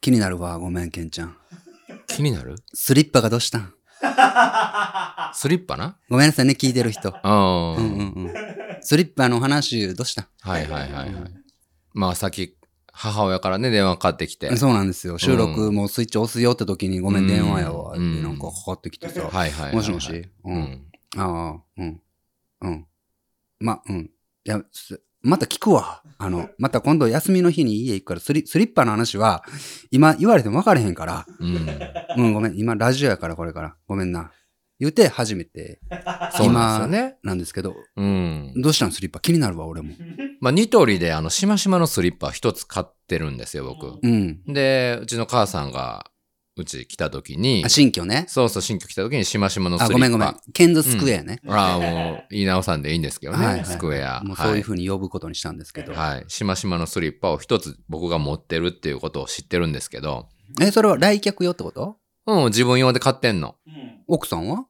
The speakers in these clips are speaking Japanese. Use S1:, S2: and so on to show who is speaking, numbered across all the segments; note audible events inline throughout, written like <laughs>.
S1: 気になるわ、ごめん、ケンちゃん。
S2: 気になる
S1: スリッパがどうしたん
S2: スリッパな
S1: ごめんなさいね、聞いてる人。
S2: ああ、
S1: うんうんうん。スリッパの話、どうした
S2: はいはいはいはい。まあさっき母親からね、電話かかってきて。
S1: んそうなんですよ。収録、もうスイッチ押すよって時に、ごめ、
S2: うんん
S1: 電話やわ。って
S2: うん
S1: なんかかかってきてさ。
S2: はいはいはいはい
S1: もしもしう。
S2: うんん。
S1: ああ、うん。うん。ま、うん。いや、すまた聞くわ。あの、また今度休みの日に家行くから、スリスリッパの話は、今言われても分かれへんから。
S2: うん。
S1: うん、ごめん。今、ラジオやから、これから。ごめんな。言うて、初めて
S2: そうなんですよね。
S1: なんですけど、
S2: うん。
S1: どうしたんスリッパ気になるわ、俺も。
S2: まあニトリであの、しましまのスリッパ一つ買ってるんですよ、僕。
S1: うん。
S2: で、うちの母さんが、うち来た時に
S1: あ、、新居ね。
S2: そうそう、新居来た時にしましまのスリッ
S1: あ、
S2: パ。
S1: ごめんごめん。ケンズスクエアね。
S2: ああ、もう、言い直さんでいいんですけどね、
S1: はいはい
S2: スクエア。
S1: もうそういう風に呼ぶことにしたんですけど。
S2: はい。しましまのスリッパを一つ僕が持ってるっていうことを知ってるんですけど、
S1: え、それは来客用ってこと
S2: うん、自分用で買ってんの。
S1: 奥さんは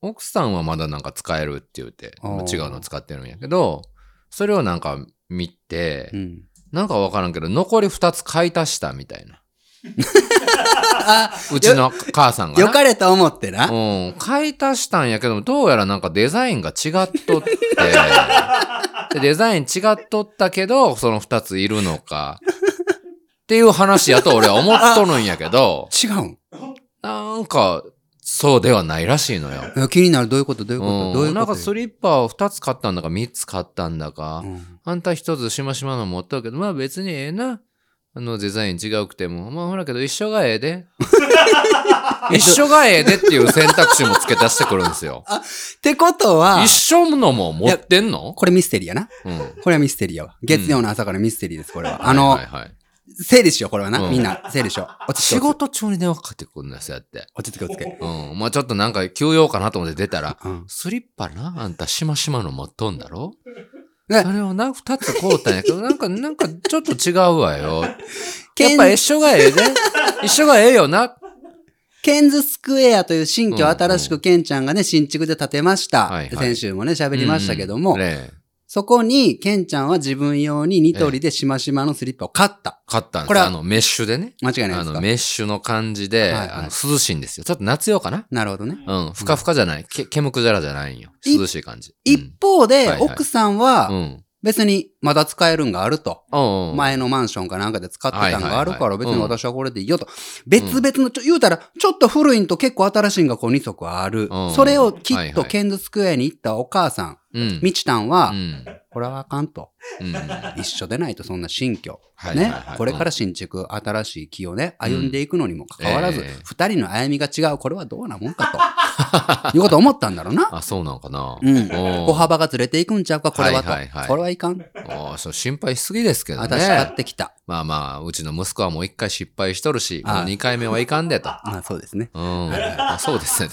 S2: 奥さんはまだなんか使えるって言って、
S1: あー
S2: 違うの使ってるんやけど、それをなんか見て、
S1: うん。
S2: なんかわからんけど、残り二つ買い足したみたいな。
S1: <laughs> あ、
S2: うちの母さんがな。
S1: よかれと思ってな。
S2: うん、買い足したんやけども、どうやらなんかデザインが違っ
S1: <laughs>
S2: とって、でデザイン違っとったけど、その二ついるのか、っていう話やと俺は思っとるんやけど、
S1: 違うん
S2: なんか、そうではないらしいのよ。、
S1: いや。気になる。どういうことどういうことどういううんこ
S2: なん
S1: と
S2: かスリッパを2つ買ったんだか3つ買ったんだか、
S1: うん
S2: あんた1つしましまの持っとるけどまあ別にええなあのデザイン違うくてもまあほらけど一緒がえ
S1: <laughs>
S2: えで一緒がええでっていう選択肢も付け足してくるんで
S1: <laughs>
S2: すよ
S1: ってことは
S2: 一、緒のも持ってんの
S1: これミステリーやな。
S2: うん
S1: これはミステリーやわ。月曜の朝からミステリーです、これは。あ
S2: は
S1: の
S2: い、はいはい
S1: 整理しよう、これはな。
S2: うん
S1: みんな、整理しよう。落ち
S2: 仕
S1: 着け。
S2: 事中に電話かかってくるんですよやって
S1: 落ち着け、落ち着け。
S2: うんまあちょっとなんか休養かなと思って出たら
S1: うん。
S2: スリッパなあんたしましまの持っとんだろ
S1: ね
S2: それをな、二つ買うたん
S1: <laughs>
S2: やけど、なんか、なんかちょっと違うわよ。
S1: ケン
S2: やっぱ一緒がええで。 <laughs> 一緒がええよな。
S1: ケンズスクエアという新居を
S2: うんうん
S1: 新しくケンちゃんがね、新築で建てました。
S2: はいはい
S1: で先週もね、喋りましたけども、
S2: うんねえ
S1: そこにケンちゃんは自分用にニトリでしましまのスリッパを買った。
S2: 買ったんです
S1: これは
S2: あの、メッシュでね。
S1: 間違いない
S2: あ
S1: です
S2: の、
S1: か
S2: メッシュの感じで、
S1: はいはい
S2: あの涼しいんですよ。ちょっと夏用かな。
S1: なるほどね。
S2: うん、ふかふかじゃない。け、煙くじゃらじゃないんよ。
S1: い
S2: 涼しい感じ。
S1: 一方で、
S2: はいはい
S1: 奥さん
S2: うん。う
S1: は
S2: ん。
S1: 別にまだ使えるんがあると。
S2: うんうん。
S1: 前のマンションかなんかで使ってたんがあるか
S2: はい
S1: ら
S2: はいはい
S1: 別に私はこれでいいよと。
S2: ん
S1: 別々の、ちょ言うたらちょっと古いんと結構新しいんがこう2足ある
S2: う。ん
S1: それをき
S2: は
S1: っ
S2: い
S1: と
S2: はい
S1: ケンズスクエアに行ったお母さん、
S2: うん。
S1: みちたんは
S2: う、ん。
S1: これはあかんと。
S2: うん。
S1: 一緒でないとそんな新居。
S2: はいはい
S1: ね
S2: は。い
S1: これから新築、新しい木をね、歩んでいくのにもかかわらず
S2: ええ、
S1: 二人の歩みが違う。これはどうなもんかと。いう <laughs> ことを思ったんだろうな。
S2: あ、そうなんかな。
S1: うん。
S2: おー
S1: 歩幅がずれていくんちゃうか、これはと。
S2: はいはいはい
S1: これはいかん。
S2: おーそう心配しすぎですけどね。
S1: 私買ってきた。
S2: まあまあ、うちの息子はもう一回失敗しとるし、
S1: ああ
S2: もう二回目はいかん
S1: <laughs>
S2: でと。
S1: あ、そうですね。
S2: うん。あそうですね。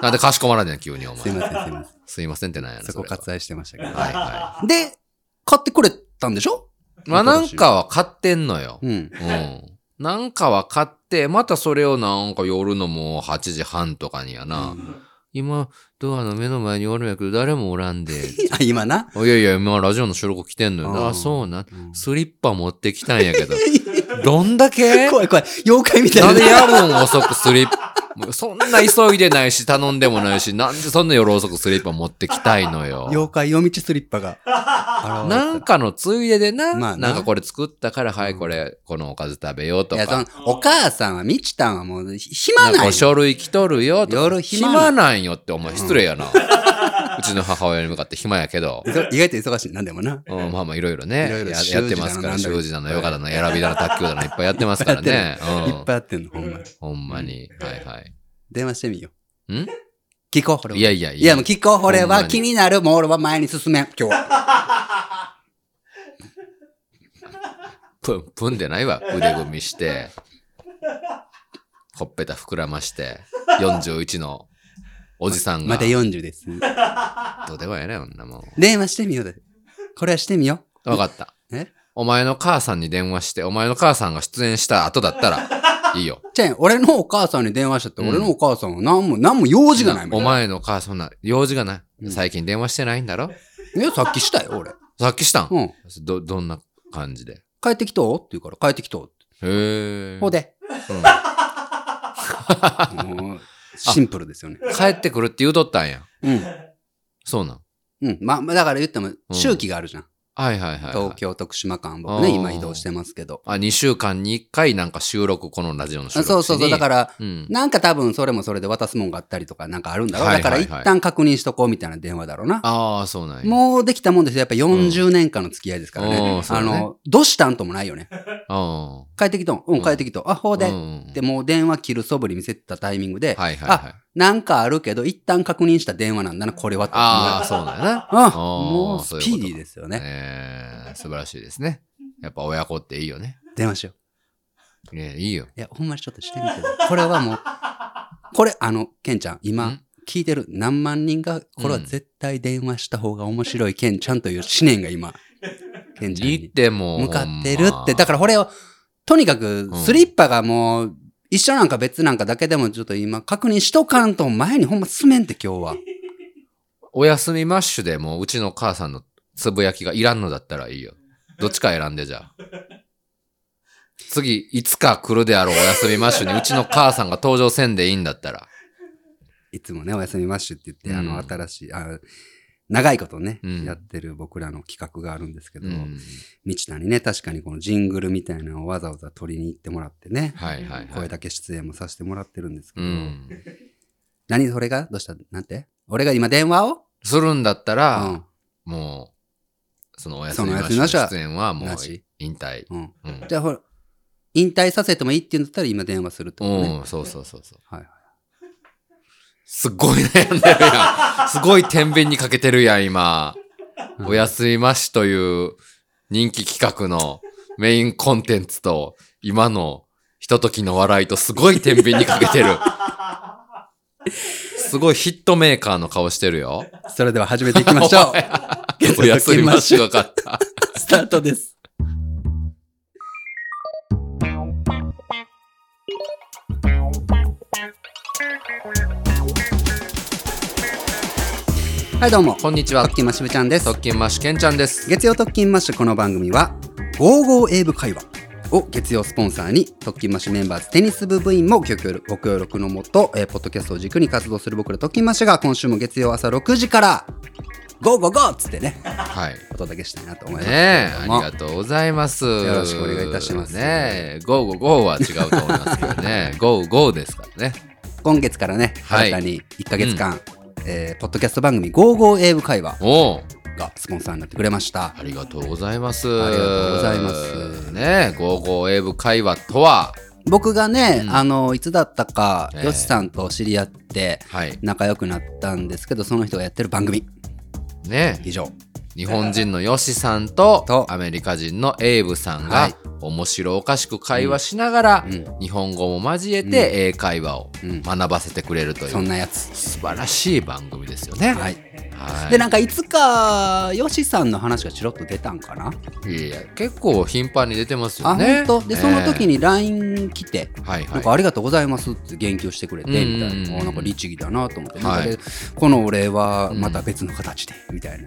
S2: なんでかしこまらんねん、急にお
S1: すい
S2: 前。
S1: ません、すいません。
S2: すいませんってなんやねん
S1: そこ
S2: れは
S1: 割愛してましたけど。
S2: はいは
S1: で、買ってくれたんでしょ
S2: い。まあなんかは買ってんのよ。
S1: うん。 <laughs>
S2: うん。なんかは買って、またそれをなんか夜のもう8時半とかにやな。今、ドアの目の前におるんやけど、誰もおらんで。 <laughs>
S1: あ、今な。
S2: いやいや、今ラジオの収録来てんのよ。
S1: あ
S2: あ
S1: あ
S2: あ、そうな
S1: う。ん
S2: スリッパ持ってきたんや
S1: <laughs>
S2: けど。どんだけ
S1: 怖い怖い。妖怪みた
S2: ないんで
S1: な。
S2: 夜分遅くスリッパ、そんな急いでないし、頼んでもないし、なんでそんな夜遅くスリッパ持ってきたいのよ。
S1: 妖怪夜道スリッパが。あ
S2: <laughs> なんかのついででな、
S1: まあな
S2: なんかこれ作ったから、はい、これ、このおかず食べようと
S1: いや、そ
S2: か
S1: の、、お母さんは、みちたんはもう、暇
S2: なん
S1: な
S2: か
S1: い。
S2: 書類来とるよとか、
S1: 夜暇な
S2: 暇なんよって、お前失礼やな。うちの母親に向かって暇や
S1: <laughs>
S2: けど、
S1: 意外と忙しい。なんでもな。
S2: うん、まあまあいろいろね、
S1: いろいろ
S2: や
S1: 習
S2: やっ
S1: 字
S2: て
S1: だの
S2: ますか
S1: な
S2: ら、
S1: んだ
S2: 習字だの、ヨガだの、選びだの、卓球だの、いっぱいやってま
S1: <laughs>
S2: すからね。
S1: いっ
S2: う
S1: ぱい
S2: ん
S1: あってんの、ほんまに。
S2: ほんまに。はいは
S1: 電話してみよ
S2: い。ん
S1: う。聞こう、これは。
S2: いやいやい
S1: い
S2: や。
S1: や、もう聞こう、これ
S2: ほんま
S1: は
S2: に
S1: 気になる。もう俺は前に進めん、今日は。
S2: プンプンでないわ。腕組みして、ほっぺた膨らまして、41のおじさん
S1: ま
S2: が。
S1: た40です。
S2: どうでもええねん、女も
S1: 電話してみようだ。これはしてみよ
S2: う。わかった。
S1: う。え
S2: お前の母さんに電話して、お前の母さんが出演した後だっ
S1: <laughs>
S2: たら、いいよ。
S1: じゃあ、俺のお母さんに電話しちゃって、
S2: うん
S1: 俺のお母さんは何も、何も用事がないもん。
S2: お前の母さんな、用事がない。最近電話してないんだろ
S1: え、さっきしたよ、俺。
S2: さっきしたん、
S1: うん。
S2: ど、どんな感じで。
S1: 帰ってきとうって言うから、帰ってきとうって。
S2: へえ。
S1: ほう
S2: <laughs>
S1: で。
S2: う
S1: もうシンプルですよね。
S2: ん帰ってくるって言うとったんや。
S1: うん。
S2: そうなん。
S1: うん。まあ、まあだから言っても、周期があるじゃん。
S2: はいはいはいはい。
S1: 東京、徳島間、僕ね、
S2: あー
S1: 今移動してますけど。
S2: あ、2週間に1回なんか収録、このラジオの収
S1: あ
S2: 録。
S1: そうそうそう。だからら、
S2: うん。
S1: なんか多分それもそれで渡すもんがあったりとかなんかあるんだろう。
S2: はいはいはい
S1: だから一旦確認しとこうみたいな電話だろうな。
S2: ああ、そうなんや。
S1: もうできたもんですよ。やっぱ40年間の付き合いですからね。
S2: うんおーそう
S1: あ
S2: だね
S1: の、どうしたんともないよね。
S2: あ
S1: 帰ってきとん。うん、帰ってきとん。あ、ほ
S2: あ。
S1: うで。
S2: うん
S1: で、もう電話切る素振り見せてたタイミングで、
S2: はいはいはい。
S1: なんかあるけど、一旦確認した電話なんだな、これはって。
S2: ああ、そうなんやな。
S1: あ
S2: ー
S1: もうス
S2: そういうこと
S1: ピーディーですよね。
S2: えー、素晴らしいですね。やっぱ親子っていいよね。
S1: 電話しよう。
S2: ねいいよ。
S1: いや、ほんまにちょっとしてみてよ。これはもう、これ、あの、ケンちゃん、今
S2: ん、
S1: 聞いてる何万人が、これは絶対電話した方が面白いケンちゃんという思念が
S2: <laughs>
S1: 今、ケンちゃん
S2: 行っ
S1: に
S2: てもう。
S1: 向かってるって。だ
S2: か
S1: からこれを、とにかく
S2: う、ん
S1: スリッパがもう、一緒なんか別なんかだけでもちょっと今確認しとかんと前にほんま進めんって今日
S2: <laughs>
S1: は。
S2: ら、お休みマッシュでもう、うちの母さんのつぶやきがいらんのだったらいいよ。どっちか選んでじゃあ。次、いつか来るであろうお休みマッシュに、うちの母さんが登場せんでいいんだったら。
S1: いつもね、お休みマッシュって言って、あの、
S2: うん
S1: 新しい、あ長いことね、
S2: うん
S1: やってる僕らの企画があるんですけど、
S2: うん。
S1: 道田にね、確かにこのジングルみたいなのをわざわざ取りに行ってもらってね、
S2: はいはいは
S1: 声
S2: い。
S1: だけ出演もさせてもらってるんですけ
S2: う
S1: ど、
S2: ん。
S1: 何それがどうしたなんて俺が今電話を
S2: するんだったら、
S1: うん
S2: もう、そのお休
S1: そ
S2: み
S1: のお
S2: マ
S1: 休み
S2: ッシ
S1: なし
S2: ュ
S1: は
S2: の出演はもう
S1: なし
S2: 引退。
S1: うん。
S2: うん。
S1: じゃあほら、引退させてもいいって言うんだったら今電話するってことね。
S2: うん、そうそうそうそう。
S1: はいはい
S2: すっごい悩んでるやん。すごい天秤にかけてるやん、今。
S1: うん
S2: おやすみましという人気企画のメインコンテンツと、今のひとときの笑いとすごい天秤にかけてる。すごいヒットメーカーの顔してる
S1: <laughs>
S2: よ。
S1: それでは始めていきま <laughs> しょう。月
S2: おやすみまし
S1: 曜
S2: が勝った。
S1: スタートです。はい、どうも。
S2: こんにちは <laughs>
S1: 特。勤マッシュ部ちゃんです
S2: 特。勤マッシュけんちゃんです。
S1: 月曜特勤マッシュこの番組は「55英語会話」を月曜スポンサーに特勤マッシュメンバーズテニス部部員もご協力ご協力のもと、えーポッドキャストを軸に活動する僕ら特勤マッシュが今週も月曜朝6時から「ゴーゴーゴー!」っつってね
S2: はい。
S1: お届けしたいなと思いますけ
S2: ねえ
S1: れ、
S2: あ
S1: ど
S2: り
S1: も
S2: がとうございます。
S1: よろしくお願いいたします
S2: ねえ、ゴーゴーは違うと思いますけ
S1: <laughs>
S2: どね、ゴーゴーですからね。
S1: 今月からね
S2: はい
S1: 新たに1か月間、えーポッドキャスト番組「55英語会話
S2: おお、」
S1: がスポンサーになってくれました
S2: ありがとうございます。
S1: ありがとうございます
S2: ねえ、ゴーゴー英語会話とは、
S1: 僕がね、
S2: うん
S1: あのいつだったか
S2: ええ
S1: よしさんと知り合って
S2: はい、
S1: 仲良くなったんですけどその人がやってる番組
S2: ねえ
S1: 以上
S2: 日本人のヨシさんと
S1: と
S2: アメリカ人のエイブさん
S1: は
S2: が
S1: い
S2: 面白おかしく会話しながら、
S1: うん
S2: 日本語も交えて英会話を
S1: うん
S2: 学ばせてくれるという、
S1: そんなやつ。
S2: 素晴らしい番組ですよ
S1: は
S2: ね。
S1: い。
S2: はい
S1: で、なんかいつか、ヨシさんの話がちろっと出たんかな、
S2: いやいや、結構頻繁に出てますよ
S1: あ、
S2: ね。
S1: 本当で、
S2: ね
S1: その時、に LINE 来て、
S2: はいは
S1: ないんかありがとうございますって言及してくれて、みた
S2: うん
S1: い
S2: うん
S1: な。
S2: うん
S1: あなんか律儀だなと思って、
S2: はい
S1: なんかでこのお礼はまた別の形で、みたい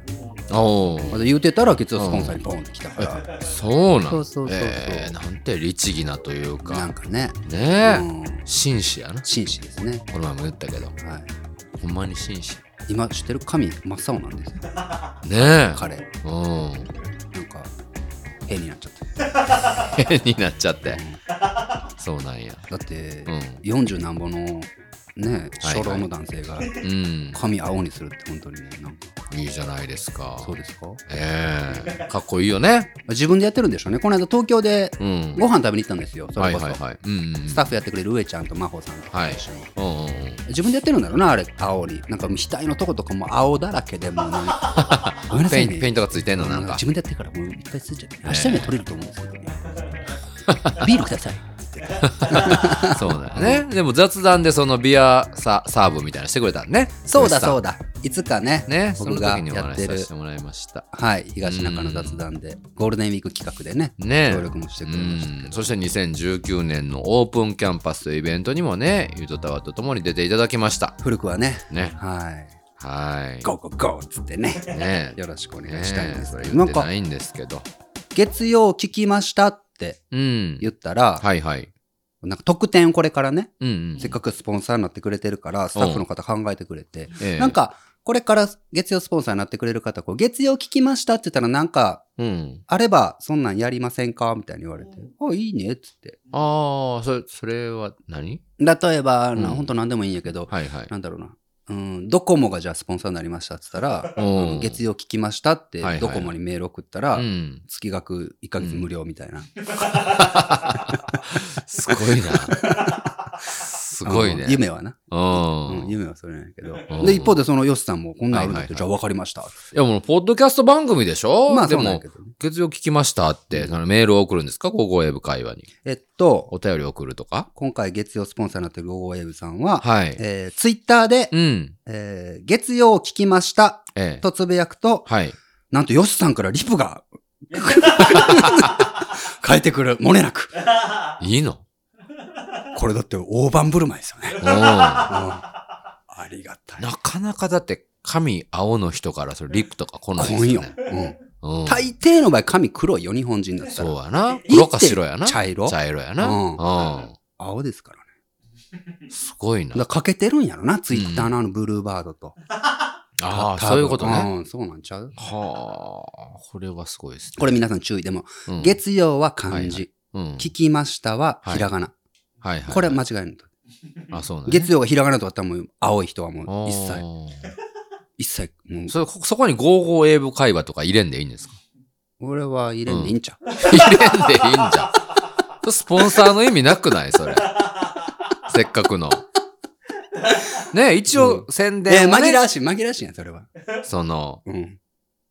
S1: な。
S2: おお、
S1: また言うてたら、月曜スポンサーにポンって来たから、
S2: そうなん
S1: そうそうそうそう
S2: えーなんて律儀なとい
S1: な
S2: うか
S1: ん、かね、
S2: ねえ、
S1: うん、
S2: 紳士やな。
S1: 紳士ですね。
S2: この前も言ったけど、
S1: はい。
S2: ほんまに紳士。
S1: 今知ってる神真っ青なんですよ
S2: ね
S1: 彼
S2: え、うん。
S1: な
S2: <laughs>
S1: んか変になっちゃっ
S2: 変になっちゃって。
S1: た
S2: そうなんや。
S1: だって、
S2: うん。
S1: 40何本のね初老の男性が
S2: うん。
S1: 髪青にするって本当にねなんか
S2: いいじゃないですか。
S1: そうですか
S2: ええかっこいいよね。
S1: 自分でやってるんでしょうねこの間東京で
S2: うん。
S1: ご飯食べに行ったんですよそ
S2: は
S1: れ
S2: い
S1: こそ、
S2: はいはい。うんうんうん。
S1: スタッフやってくれる上ちゃんと真帆さんとかと一緒に、
S2: うんうんうん。
S1: 自分でやってるんだろうなあれ青になんかもう額のとことかも青だらけでもうなんかごめんなさ
S2: ペイ
S1: い
S2: ン
S1: ね
S2: ペイントがついてんのなんか
S1: 自。分でやってるからもう一回ついちゃって明日には取れると思うんですけどねビールく
S2: <laughs>
S1: ださい
S2: そうだよね。でも雑談でそのビアササーブみたいなのしてくれたんね。
S1: そうだそう
S2: う。
S1: だいつかね
S2: ね、その
S1: 僕が
S2: 時にお
S1: やっ
S2: 話
S1: て
S2: しさ
S1: る
S2: せてもらいました。
S1: はい東中の雑談でゴールデンウィーク企画でね
S2: ね
S1: 協力もしてくれましたけど
S2: うんそして2019年のオープンキャンパスというイベントにもね、ゆとたわとともに出ていただきました。
S1: 古くはね
S2: ね。
S1: はい
S2: はい。
S1: ゴーゴーゴーっつって
S2: <laughs>
S1: ね、
S2: ねえ。
S1: よろしくお願いしたいん
S2: ねえ、
S1: です
S2: そ
S1: け
S2: れ
S1: ど、な
S2: 言っ
S1: ん
S2: て
S1: か
S2: な、いんですけど。
S1: 月曜聞きましたって
S2: うん。
S1: 言ったら、
S2: はいはい。
S1: なんか特典をこれからね、
S2: うんうん。
S1: せっかくスポンサーになってくれてるから、スタッフの方考えてくれて、
S2: ええ
S1: なん、か、これから月曜スポンサーになってくれる方、こう、月曜聞きましたって言ったら、なんか、
S2: うん。
S1: あれば、そんなんやりませんかみたいに言われて、あ、いいねっつって。
S2: ああ、それ、それは何
S1: 例えば、
S2: うん
S1: なほんと何でもいいんやけど、
S2: はいはい。
S1: なんだろうな。うん、ドコモがじゃあスポンサーになりましたって言ったら、
S2: うん
S1: あの月曜聞きましたって
S2: はいはい、
S1: ドコモにメール送ったら
S2: う、ん。
S1: 月額1ヶ月無料みたいな。
S2: すごいな。すごいね。
S1: うん夢はな。
S2: う
S1: うん
S2: ん。い
S1: 夢はそれなんやけ
S2: う
S1: ど。
S2: ん
S1: で、一方でそのヨシさんも、こんなんあるんだっ
S2: はい
S1: て、
S2: はいはい
S1: じゃあ分かりました。
S2: や、もう、ポッドキャスト番組でしょ
S1: まあ、
S2: で
S1: そうなんや
S2: も
S1: け、どね。
S2: 月曜聞きましたって、そのメールを送るんですか高校英部会話に。
S1: えっと、
S2: お便り送るとか
S1: 今回月曜スポンサーになってるゴーゴーエブさんは、
S2: はい。
S1: えー、ツイッターで、
S2: うん。
S1: えー月曜聞きました
S2: ええ。
S1: とつぶやくと、
S2: はい。
S1: なんとヨシさんからリプが、 <laughs> 変えてくる。もれなく。
S2: い
S1: <laughs>
S2: いの
S1: これだって大盤振る舞いですよね。
S2: うん。な
S1: うんありがたい。
S2: かなかだって、髪青の人から、それリップとか来ないで
S1: こ
S2: す
S1: ん
S2: よ
S1: よ。
S2: ね。
S1: うん。
S2: うん。
S1: 大抵の場合、髪黒いよ、日本人だった
S2: そう
S1: ら。
S2: やな。黒か白やな。
S1: 茶色
S2: 茶色やな。
S1: うん
S2: う
S1: 青ですからね。
S2: ん。すごいな
S1: だ。から欠けてるんやろな、ツイッターのあのブルーバードと。
S2: ああ、
S1: 多分
S2: そういうことね。。
S1: うん、そうなんちゃう
S2: はあ、これはすごいですね。
S1: これ皆さん注意。でも、
S2: うん、
S1: 月曜は漢
S2: はいは
S1: 字。
S2: うん、
S1: 聞きましたはひらがな。
S2: はいはい。
S1: これ間違いない。
S2: あ、そうなん
S1: 月曜がひらがなとかあったらもう青い人はもう一切、
S2: 切。
S1: 一切、もう、
S2: それこそこに55英語会話とか入れんでいいんですか <laughs>
S1: 俺は入れんでいいんちゃう、
S2: 入れんでいいんじゃん。それスポンサーの意味なくないそれ。せっかくの。ねえ一応宣
S1: いや、
S2: 伝を、
S1: 紛
S2: ね
S1: らわしい、紛らわしいやん、それは。
S2: その、
S1: うん。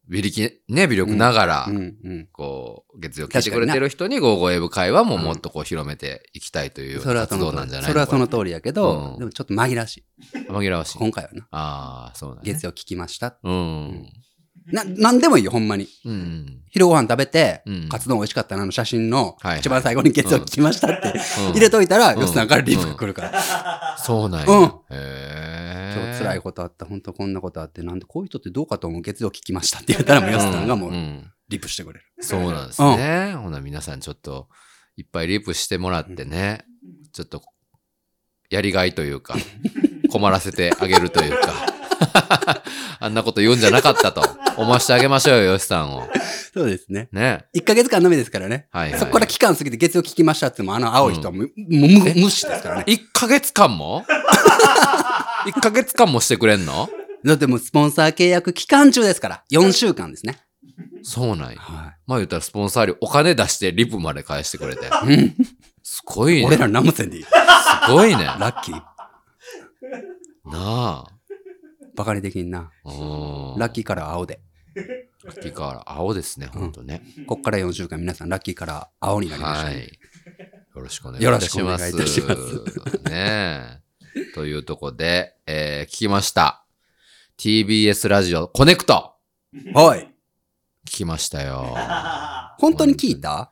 S2: 微力、ね、微力ながら、
S1: うん、うん。
S2: こう、月曜聞いてくれてる人に55英語会話ももっとこう広めていきたいという
S1: それは
S2: 活
S1: その
S2: 動な
S1: 通
S2: ん
S1: り
S2: じゃ。ない
S1: それはそ
S2: の
S1: の通りやけど、
S2: うん
S1: でもちょっと紛らわしい。
S2: 紛らわしい。
S1: 今回はな。
S2: ああ、そうなんだ、ね。
S1: 月曜聞きました。
S2: うん。
S1: な、なんでもいいよ、ほんまに。
S2: うん。
S1: 昼ご飯食べて
S2: うん、
S1: カツ丼美味しかったなの写真の
S2: はいはい、
S1: 一番最後に月曜聞きました
S2: <laughs>
S1: って
S2: うん
S1: 入れといたら、
S2: うん
S1: よっさんからリプが来るから。
S2: そうなんや。
S1: うん
S2: へ
S1: 今日
S2: え。
S1: 辛いことあった、本当こんなことあって、なんでこういう人ってどうかと思う、月曜聞きましたって言ったら、もうよっさんがも
S2: う
S1: うんリプしてくれる。
S2: <laughs> そうなんですね。ほな、皆さんちょっと、いっぱいリプしてもらってね、ちょっと、やりがいというか、 <laughs> 困らせてあげるというか、 <laughs> あんなこと言うんじゃなかったと思わせてあげましょうよ、よしさんを。
S1: そうですね。
S2: ね。
S1: 1ヶ月間のみですからね。
S2: はいはい。
S1: そこから期間過ぎて月曜聞きましたってもあの青い人はもう、もう無無視ですからね。
S2: 1ヶ月間も <laughs> ?1 ヶ月間もしてくれんの
S1: だってもうスポンサー契約期間中ですから、4週間ですね。
S2: そうなんや。
S1: は
S2: まあ言ったらスポンサー料お金出してリプまで返してくれて。
S1: い。うん。
S2: すごいね。
S1: 俺ら何もせんでいい。
S2: すごいね。な
S1: ラッキー。
S2: あ。
S1: バカにできんな。
S2: うん。
S1: ラッキーから青で。
S2: ラッキーカラー。青ですね、
S1: うん
S2: ほんとね。
S1: こっから4週間皆さんラッキーから青になりました
S2: は
S1: ね。
S2: い。よろしくお願いいたします。
S1: よろしくお願いい
S2: ねえ。というとこで、えー、聞きました。TBS ラジオコネクト
S1: はい。
S2: 聞きましたよ。
S1: 本当に聞いた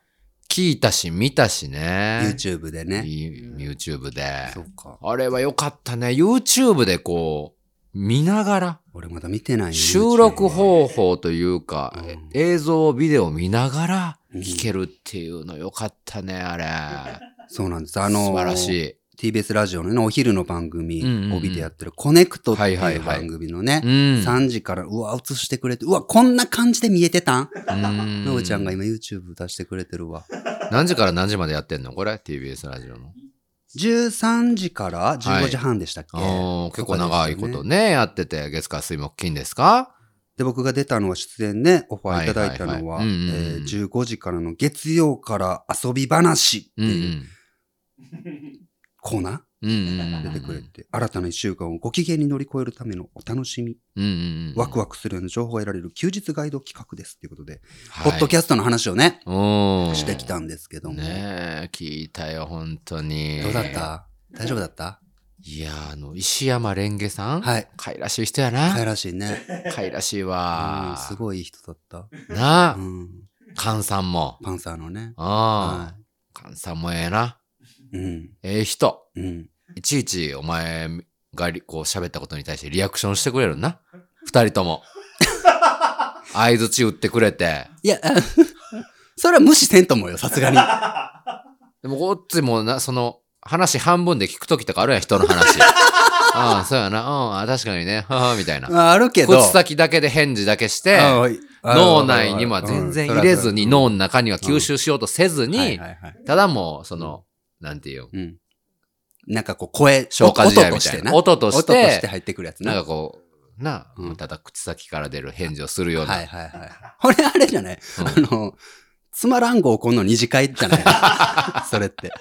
S2: 聞いたし、見たしね。
S1: ?YouTube でね。
S2: い YouTube で。
S1: そうか。
S2: あれは良かったね。YouTube でこう、見ながら。
S1: 俺まだ見てないよ
S2: 収録方法というか、
S1: うん
S2: え映像ビデオ見ながら
S1: うん
S2: 聞けるっていうのよかったねあれ、
S1: YouTube そうなんです。あの、
S2: 素晴らしい
S1: TBS ラジオのね、お昼の番組、
S2: うんうんうん
S1: 帯でやってるコネクトって
S2: はいはいいうはい
S1: 番組のね、
S2: うん
S1: 3時から、うわ、映してくれて、うわ、こんな感じで見えてたん
S2: うん
S1: のぶちゃんが今 YouTube 出してくれてるわ。
S2: 何時から何時までやってんのこれ TBS ラジオの、
S1: 13時から15時半でしたっけ、
S2: おー結構長いこと
S1: ね。
S2: ねやってて月火水木金ですか
S1: で、僕が出たのは出演ね、オファーいただいたのは、
S2: はいはいはいうんうんうん
S1: えー15時からの月曜から遊び話って
S2: うんう
S1: いうんコーナ
S2: うんうんう
S1: ー
S2: ん
S1: 出てくれて、新たな1週間をご機嫌に乗り越えるためのお楽しみ、
S2: うんうん
S1: ワク
S2: ワ
S1: ワクするような情報を得られる休日ガイド企画ですということで、
S2: ク
S1: ポッドキャストの話をね、
S2: ャ
S1: してきたんですけども。
S2: ねえ聞いたよ本当に
S1: どうだった大丈夫だった
S2: いやあの石山レンゲさん、
S1: はい。
S2: かいらしい人やな、
S1: かいらしいね。
S2: かいらしい
S1: うん
S2: わ。
S1: すごいいい人だった。
S2: なあ
S1: う、ん。
S2: カンさんも。
S1: パンサーのね。
S2: あ
S1: は
S2: あ、カンさんもええな。
S1: い。うん。
S2: ええ人。
S1: うん。
S2: いちいちお前がり、こう喋ったことに対してリアクションしてくれるな。二人
S1: <laughs>
S2: とも。相づち打ってくれて。
S1: いや、あ <laughs> それは無視せんと思うよ、さすがに。
S2: でも、こっちもな、その、話半分で聞くときとかあるやん、人の
S1: <laughs>
S2: 話。ああ、そうやな。うん、あ確かにね。ははみたいな。
S1: ああるけど。
S2: 口先だけで返事だけして、脳
S1: 脳
S2: 内には全然入れずに、脳の中には吸収しようとせず
S1: はい
S2: に
S1: は、いはい
S2: ただもう、その、なんていう、
S1: うん。なんかこう声、
S2: 消化試合
S1: 音
S2: み
S1: としたて
S2: い
S1: な。
S2: な。音として、
S1: 音として入ってくるやつ
S2: なん
S1: な。
S2: かこう、な
S1: う、ん
S2: ただ口先から出る返事をするような。
S1: はいはいはい。これあれじゃない、
S2: うん
S1: あの、つまらんごをこの二次会じゃない
S2: <laughs>
S1: それって。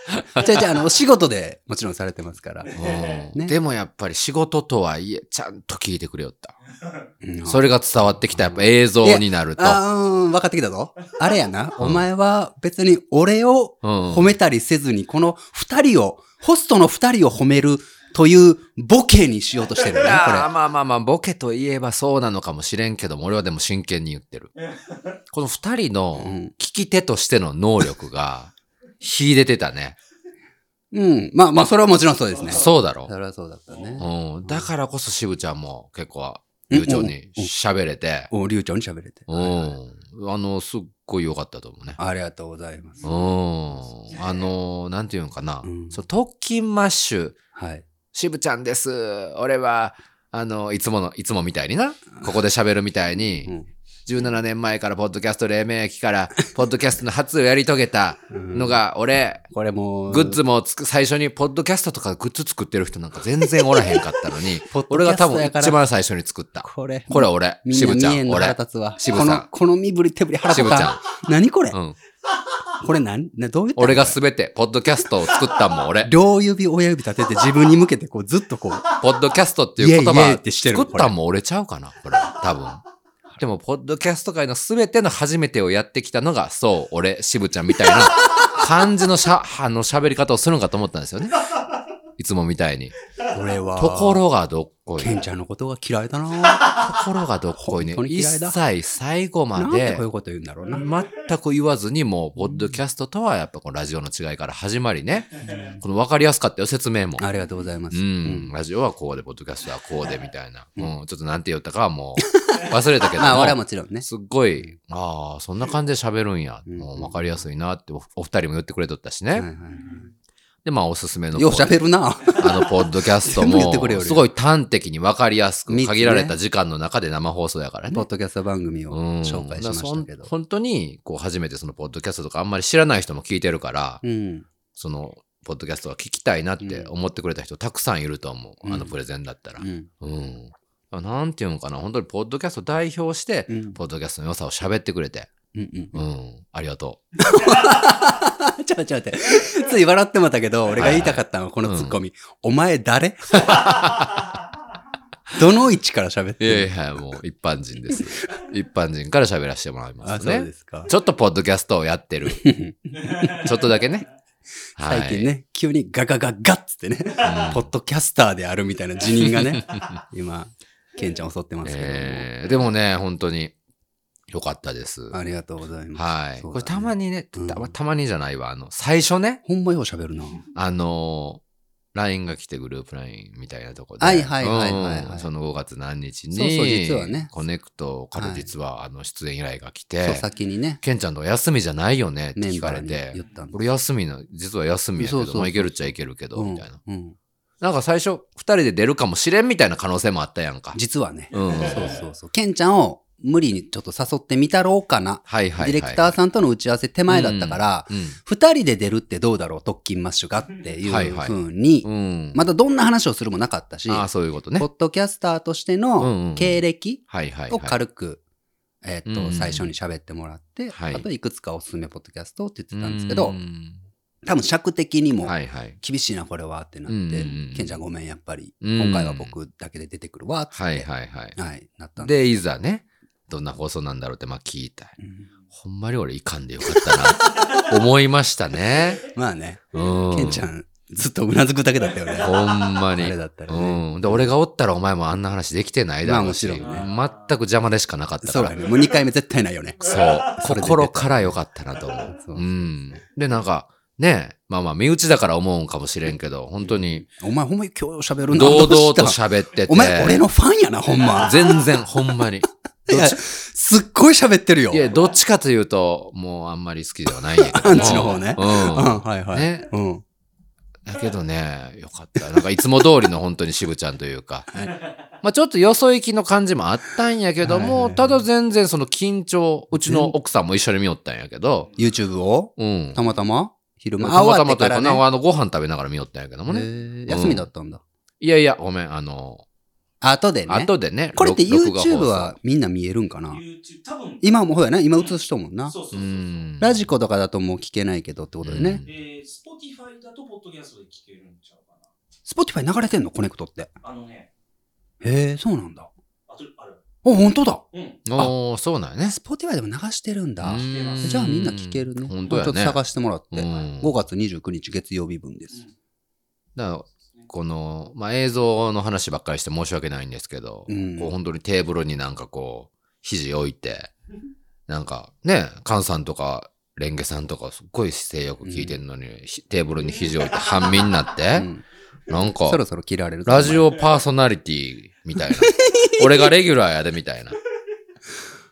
S1: じゃあじゃあ、あの、お仕事でもちろんされてますから。
S2: うん
S1: ね
S2: でもやっぱり仕事とはいえ、ちゃんと聞いてくれよった。
S1: うん
S2: それが伝わってきた、やっぱ映像になると。
S1: あーうん、分かってきたぞ。あれやな。
S2: うん
S1: お前は別に俺を
S2: うん
S1: 褒めたりせずに、この二人を、ホストの二人を褒めるというボケにしようとしてるよ
S2: いやー
S1: な、
S2: まあまあまあ、ボケといえばそうなのかもしれんけども、俺はでも真剣に
S1: <laughs>
S2: 言ってる。この二人
S1: これ。う
S2: の
S1: ん。
S2: 聞き手としての能力が、秀でてたね。
S1: うん。まあまあ、それはもちろんそうですね。
S2: そうだろ
S1: そ。れはそうだったね。
S2: うん。だからこそ渋ちゃんも結構、流暢に喋れて、
S1: お、流暢に喋れて。
S2: うん。あの、すっごい良かったと思うね。
S1: ありがとうございます。
S2: うん。あの、なんていうんかな。
S1: うん
S2: その特勤マッシュ、
S1: はい。
S2: 渋ちゃんです。俺は、あの、いつもの、いつもみたいにな。ここで喋るみたいに、
S1: うん
S2: 17年前からポッドキャスト黎明期から、ポッドキャストの初をやり遂げたのが、俺、
S1: これもう、
S2: グッズもつく、最初にポッドキャストとかグッズ作ってる人なんか全然おらへんかったのに
S1: <laughs> ポッ、ドキ
S2: 俺
S1: ャ
S2: が
S1: ス
S2: 多
S1: ト
S2: 分
S1: やから
S2: 一番最初に作った。
S1: これ、
S2: これ俺、
S1: みんな
S2: 渋
S1: 見
S2: ちゃ
S1: えん
S2: ん、
S1: の
S2: 俺
S1: 腹。立つわ。
S2: 渋さん
S1: この、この身振り手振り腹立つ
S2: 渋ちゃ
S1: わ。何これ
S2: うん。
S1: これ何などういう
S2: 俺がすべて、ポッドキャストを作ったんも俺。
S1: 両指親指立てて自分に向けてこうずっとこう。
S2: ポッドキャストっていう言
S1: イエイイエイっ
S2: 葉
S1: てしてる
S2: 作ったんも俺ちゃうかな、これ。多分。でも、ポッドキャスト界のすべての初めてをやってきたのが、そう、俺、渋ちゃんみたい
S1: <laughs>
S2: な感じのしゃ、あの喋り方をするのかと思ったんですよね。いつもみたいに。
S1: 俺は。
S2: とこ。ろがどっこい。
S1: ケ
S2: と
S1: ンちゃんのことが嫌いだな
S2: ころがどっこいね
S1: 本当。に
S2: 一
S1: 嫌いだ
S2: 切最後ま
S1: なんで
S2: で
S1: こうい、うこと言うんだろうな。
S2: 全く言わずに、もう、ポッドキャストとはやっぱこのラジオの違いから始まりね。この分かりやすかったよ、説明も。
S1: ありがとうございます。
S2: う、
S1: うんん
S2: ラジオはこうで、ポッドキャストはこうで、みたいな。うん、ちょっとなんて言ったかはもう、忘れたけども。
S1: まあ、俺はもちろんね。
S2: すっごい、ああ、そんな感じで喋るんや。
S1: うん
S2: もう分かりやすいなってお、お二人も言ってくれとったし
S1: はい
S2: ね。
S1: はいは
S2: で、まあ、おすすめの
S1: いよう
S2: ポッ
S1: 喋る
S2: <laughs>
S1: な。
S2: あの、ポッドキャスト
S1: 全部言ってくれよ
S2: も、
S1: りは
S2: すごい端的に分かりやすく、
S1: 三つね
S2: 限られた時間の中で生放送やから
S1: ポ
S2: ね
S1: ッ。ドキャスト番組を
S2: うん、
S1: 紹介しましたけ
S2: だからそん
S1: ど。
S2: 本当に、こう、初めてその、ポッドキャストとかあんまり知らない人も聞いてるから、
S1: うん。
S2: その、ポッドキャストは聞きたいなって思ってくれた人たくさんいると思う。
S1: うん
S2: あのプレゼンだったら
S1: う。ん。
S2: うん。なんていうのかな、本当にポッドキャスト代表して
S1: う、ん。
S2: ポッドキャストの良さを喋ってくれて、
S1: うんうん
S2: う。ん、ありがとう。
S1: ちょ、ちょ、待って。 <laughs> つい笑ってもたけど、俺が言いたかったのはこのツッコミ。お前
S2: <laughs>
S1: 誰どの位置から喋っ
S2: いや
S1: てる
S2: いや、もう一般
S1: <laughs>
S2: 人です。一般人から喋らせてもらいま
S1: あ、
S2: す
S1: そうで
S2: ね。
S1: すか。
S2: ちょっとポッドキャストをや
S1: <laughs>
S2: ってる。ちょっとだけね。はい
S1: 最近。ね、急にガガガガッつってね、ポッドキャスターであるみたいな辞任が
S2: <laughs>
S1: ね、今、ケンちゃん襲ってますけども。
S2: えーでもね、本当に良かったです。
S1: ありがとうございます。
S2: はい。
S1: そうだね
S2: これたまにね、
S1: うん
S2: たまたまにじゃないわ。あの、最初ね、
S1: ほんまよう喋るな。
S2: あのー、LINE が来てグループ LINE みたいなとこで。
S1: はいはいはいはいはい
S2: うんその5月何日に、
S1: そうそう実はね
S2: コネクトから実は、あの出演依頼が来て
S1: そう、、先にね、
S2: ケンちゃんと休みじゃないよねって
S1: メン
S2: 聞か
S1: バー
S2: れ
S1: に
S2: て
S1: 言、ったんだ
S2: 俺休みの、実は休みやけど、
S1: そうそうそう
S2: まあいけるっちゃいけるけど、
S1: うん
S2: みたいな。
S1: うん。
S2: なんか最初、2人で出るかもしれんみたいな可能性もあったやんか。
S1: 実はね、
S2: うん。はい
S1: そうそうそう。ケンちゃんを無理にちょっと誘ってみたろうかな。
S2: はい
S1: デ
S2: はい。
S1: ィレクターさんとの打ち合わせ手前だったから、
S2: うん。
S1: 二人で出るってどうだろう、特勤マッシュがってい
S2: はいうはい
S1: ふうに
S2: う、ん。
S1: またどんな話をするもなかったし、
S2: ああ、そういうことね
S1: ポ。ッドキャスターとして
S2: うんう
S1: の
S2: ん
S1: 経歴
S2: はいはい、
S1: を
S2: はい。
S1: 軽く、えーっ
S2: うんう
S1: と、
S2: ん
S1: 最初に喋ってもらって、
S2: はい
S1: あといくつかおすすめポッドキャストって言ってたんですけど
S2: う、ん
S1: 多分尺的にも
S2: はいはい。
S1: 厳しいな、これはってなっ
S2: うんうん
S1: て
S2: うん、
S1: ケンちゃんごめん、やっぱり、
S2: うん
S1: 今回は僕だけで出てくるわ、つって、
S2: は
S1: はいい、
S2: はいはい。
S1: なったんで。
S2: で、いざね、どんな放送なんだろうって、まあ聞いた。
S1: うん
S2: ほんまに俺いかんでよかった
S1: <laughs>
S2: な。思いましたね。
S1: まあね、
S2: うん。
S1: ケンちゃん、ずっとうなずくだけだったよね。
S2: ほんま
S1: あ
S2: に
S1: れ。だったらね。
S2: うん。で、俺がおったらお前もあんな話できてないだろうし。
S1: まあもちろん
S2: 全く邪魔でしかなかったか
S1: そう
S2: ら
S1: だ。ね。もう2回目絶対ないよね。
S2: そう。
S1: それで
S2: 心からよかったなと思う。
S1: そう
S2: うん。で、なんか、ねえ、まあまあ身内だから思うんかもしれんけど、本当に
S1: お前ほんまに今日喋るな。
S2: 堂々
S1: どう
S2: と
S1: した
S2: 喋ってて。
S1: お前俺のファンやな、ほんま。
S2: 全然、ほんまに。
S1: <laughs> いやすっごい喋ってるよ。
S2: いや、どっちかというと、もうあんまり好きではないんや
S1: <laughs>
S2: けども。
S1: アンチの方ね
S2: う
S1: うん、
S2: ん。
S1: はいはい。
S2: ね。
S1: うん。
S2: だけどね、よかった。なんかいつも通りの本当に渋ちゃんというか。
S1: はい
S2: まあちょっとよそ行きの感じもあったんやけど
S1: はいはい
S2: も、
S1: はい
S2: ただ全然その緊張、うちの奥さんも一緒に見よったんやけど、
S1: YouTube を
S2: うん。
S1: たまたま昼間。
S2: まあたまたまという
S1: あ
S2: か
S1: 終
S2: な、
S1: わっ
S2: あの、ご飯食べながら見よったんやけど
S1: てか
S2: も
S1: らね
S2: ね。
S1: へー休みだったんだ。
S2: いやいや、ごめん、あの、
S1: 後でね。
S2: 後でね。
S1: これって
S2: 録録画放送
S1: YouTube はみんな見えるんかな
S3: YouTube 多分
S1: 今もほやな、今映しとんもんな。
S3: そうそううそうそう。
S2: ん。
S1: ラジコとかだともう聞けないけどってことで
S2: う
S1: ね
S2: ん。
S3: えー、Spotify だとポッドキャストで聞けるんちゃうか
S1: Spotify 流れてんのコネクトって。
S3: な。あのね、
S1: へえ、そうなんだ。
S3: あとある。
S1: お、本当だ。
S3: うん。
S2: おー、そうなんやね。
S1: Spotify でも流してるんだ。
S2: うん
S1: じゃあみんな聞けるね。
S2: 本当や
S1: ちょ
S2: ね。
S1: っと探してもらって。
S2: うん
S1: 5月29日月曜日分です。
S2: だからこの、まあ、映像の話ばっかりして申し訳ないんですけど、
S1: うん
S2: こう本当にテーブルになんかこう肘置いてなんかね菅さんとかレンゲさんとかすっごい姿勢よく聞いてるのに、ひテーブルに肘置いて半身になっ
S1: う
S2: て、
S1: ん
S2: な
S1: そ
S2: んか
S1: ろそろ切られる。
S2: ラジオパーソナリティ
S1: <laughs>
S2: みたいな俺がレギュラーやでみたいな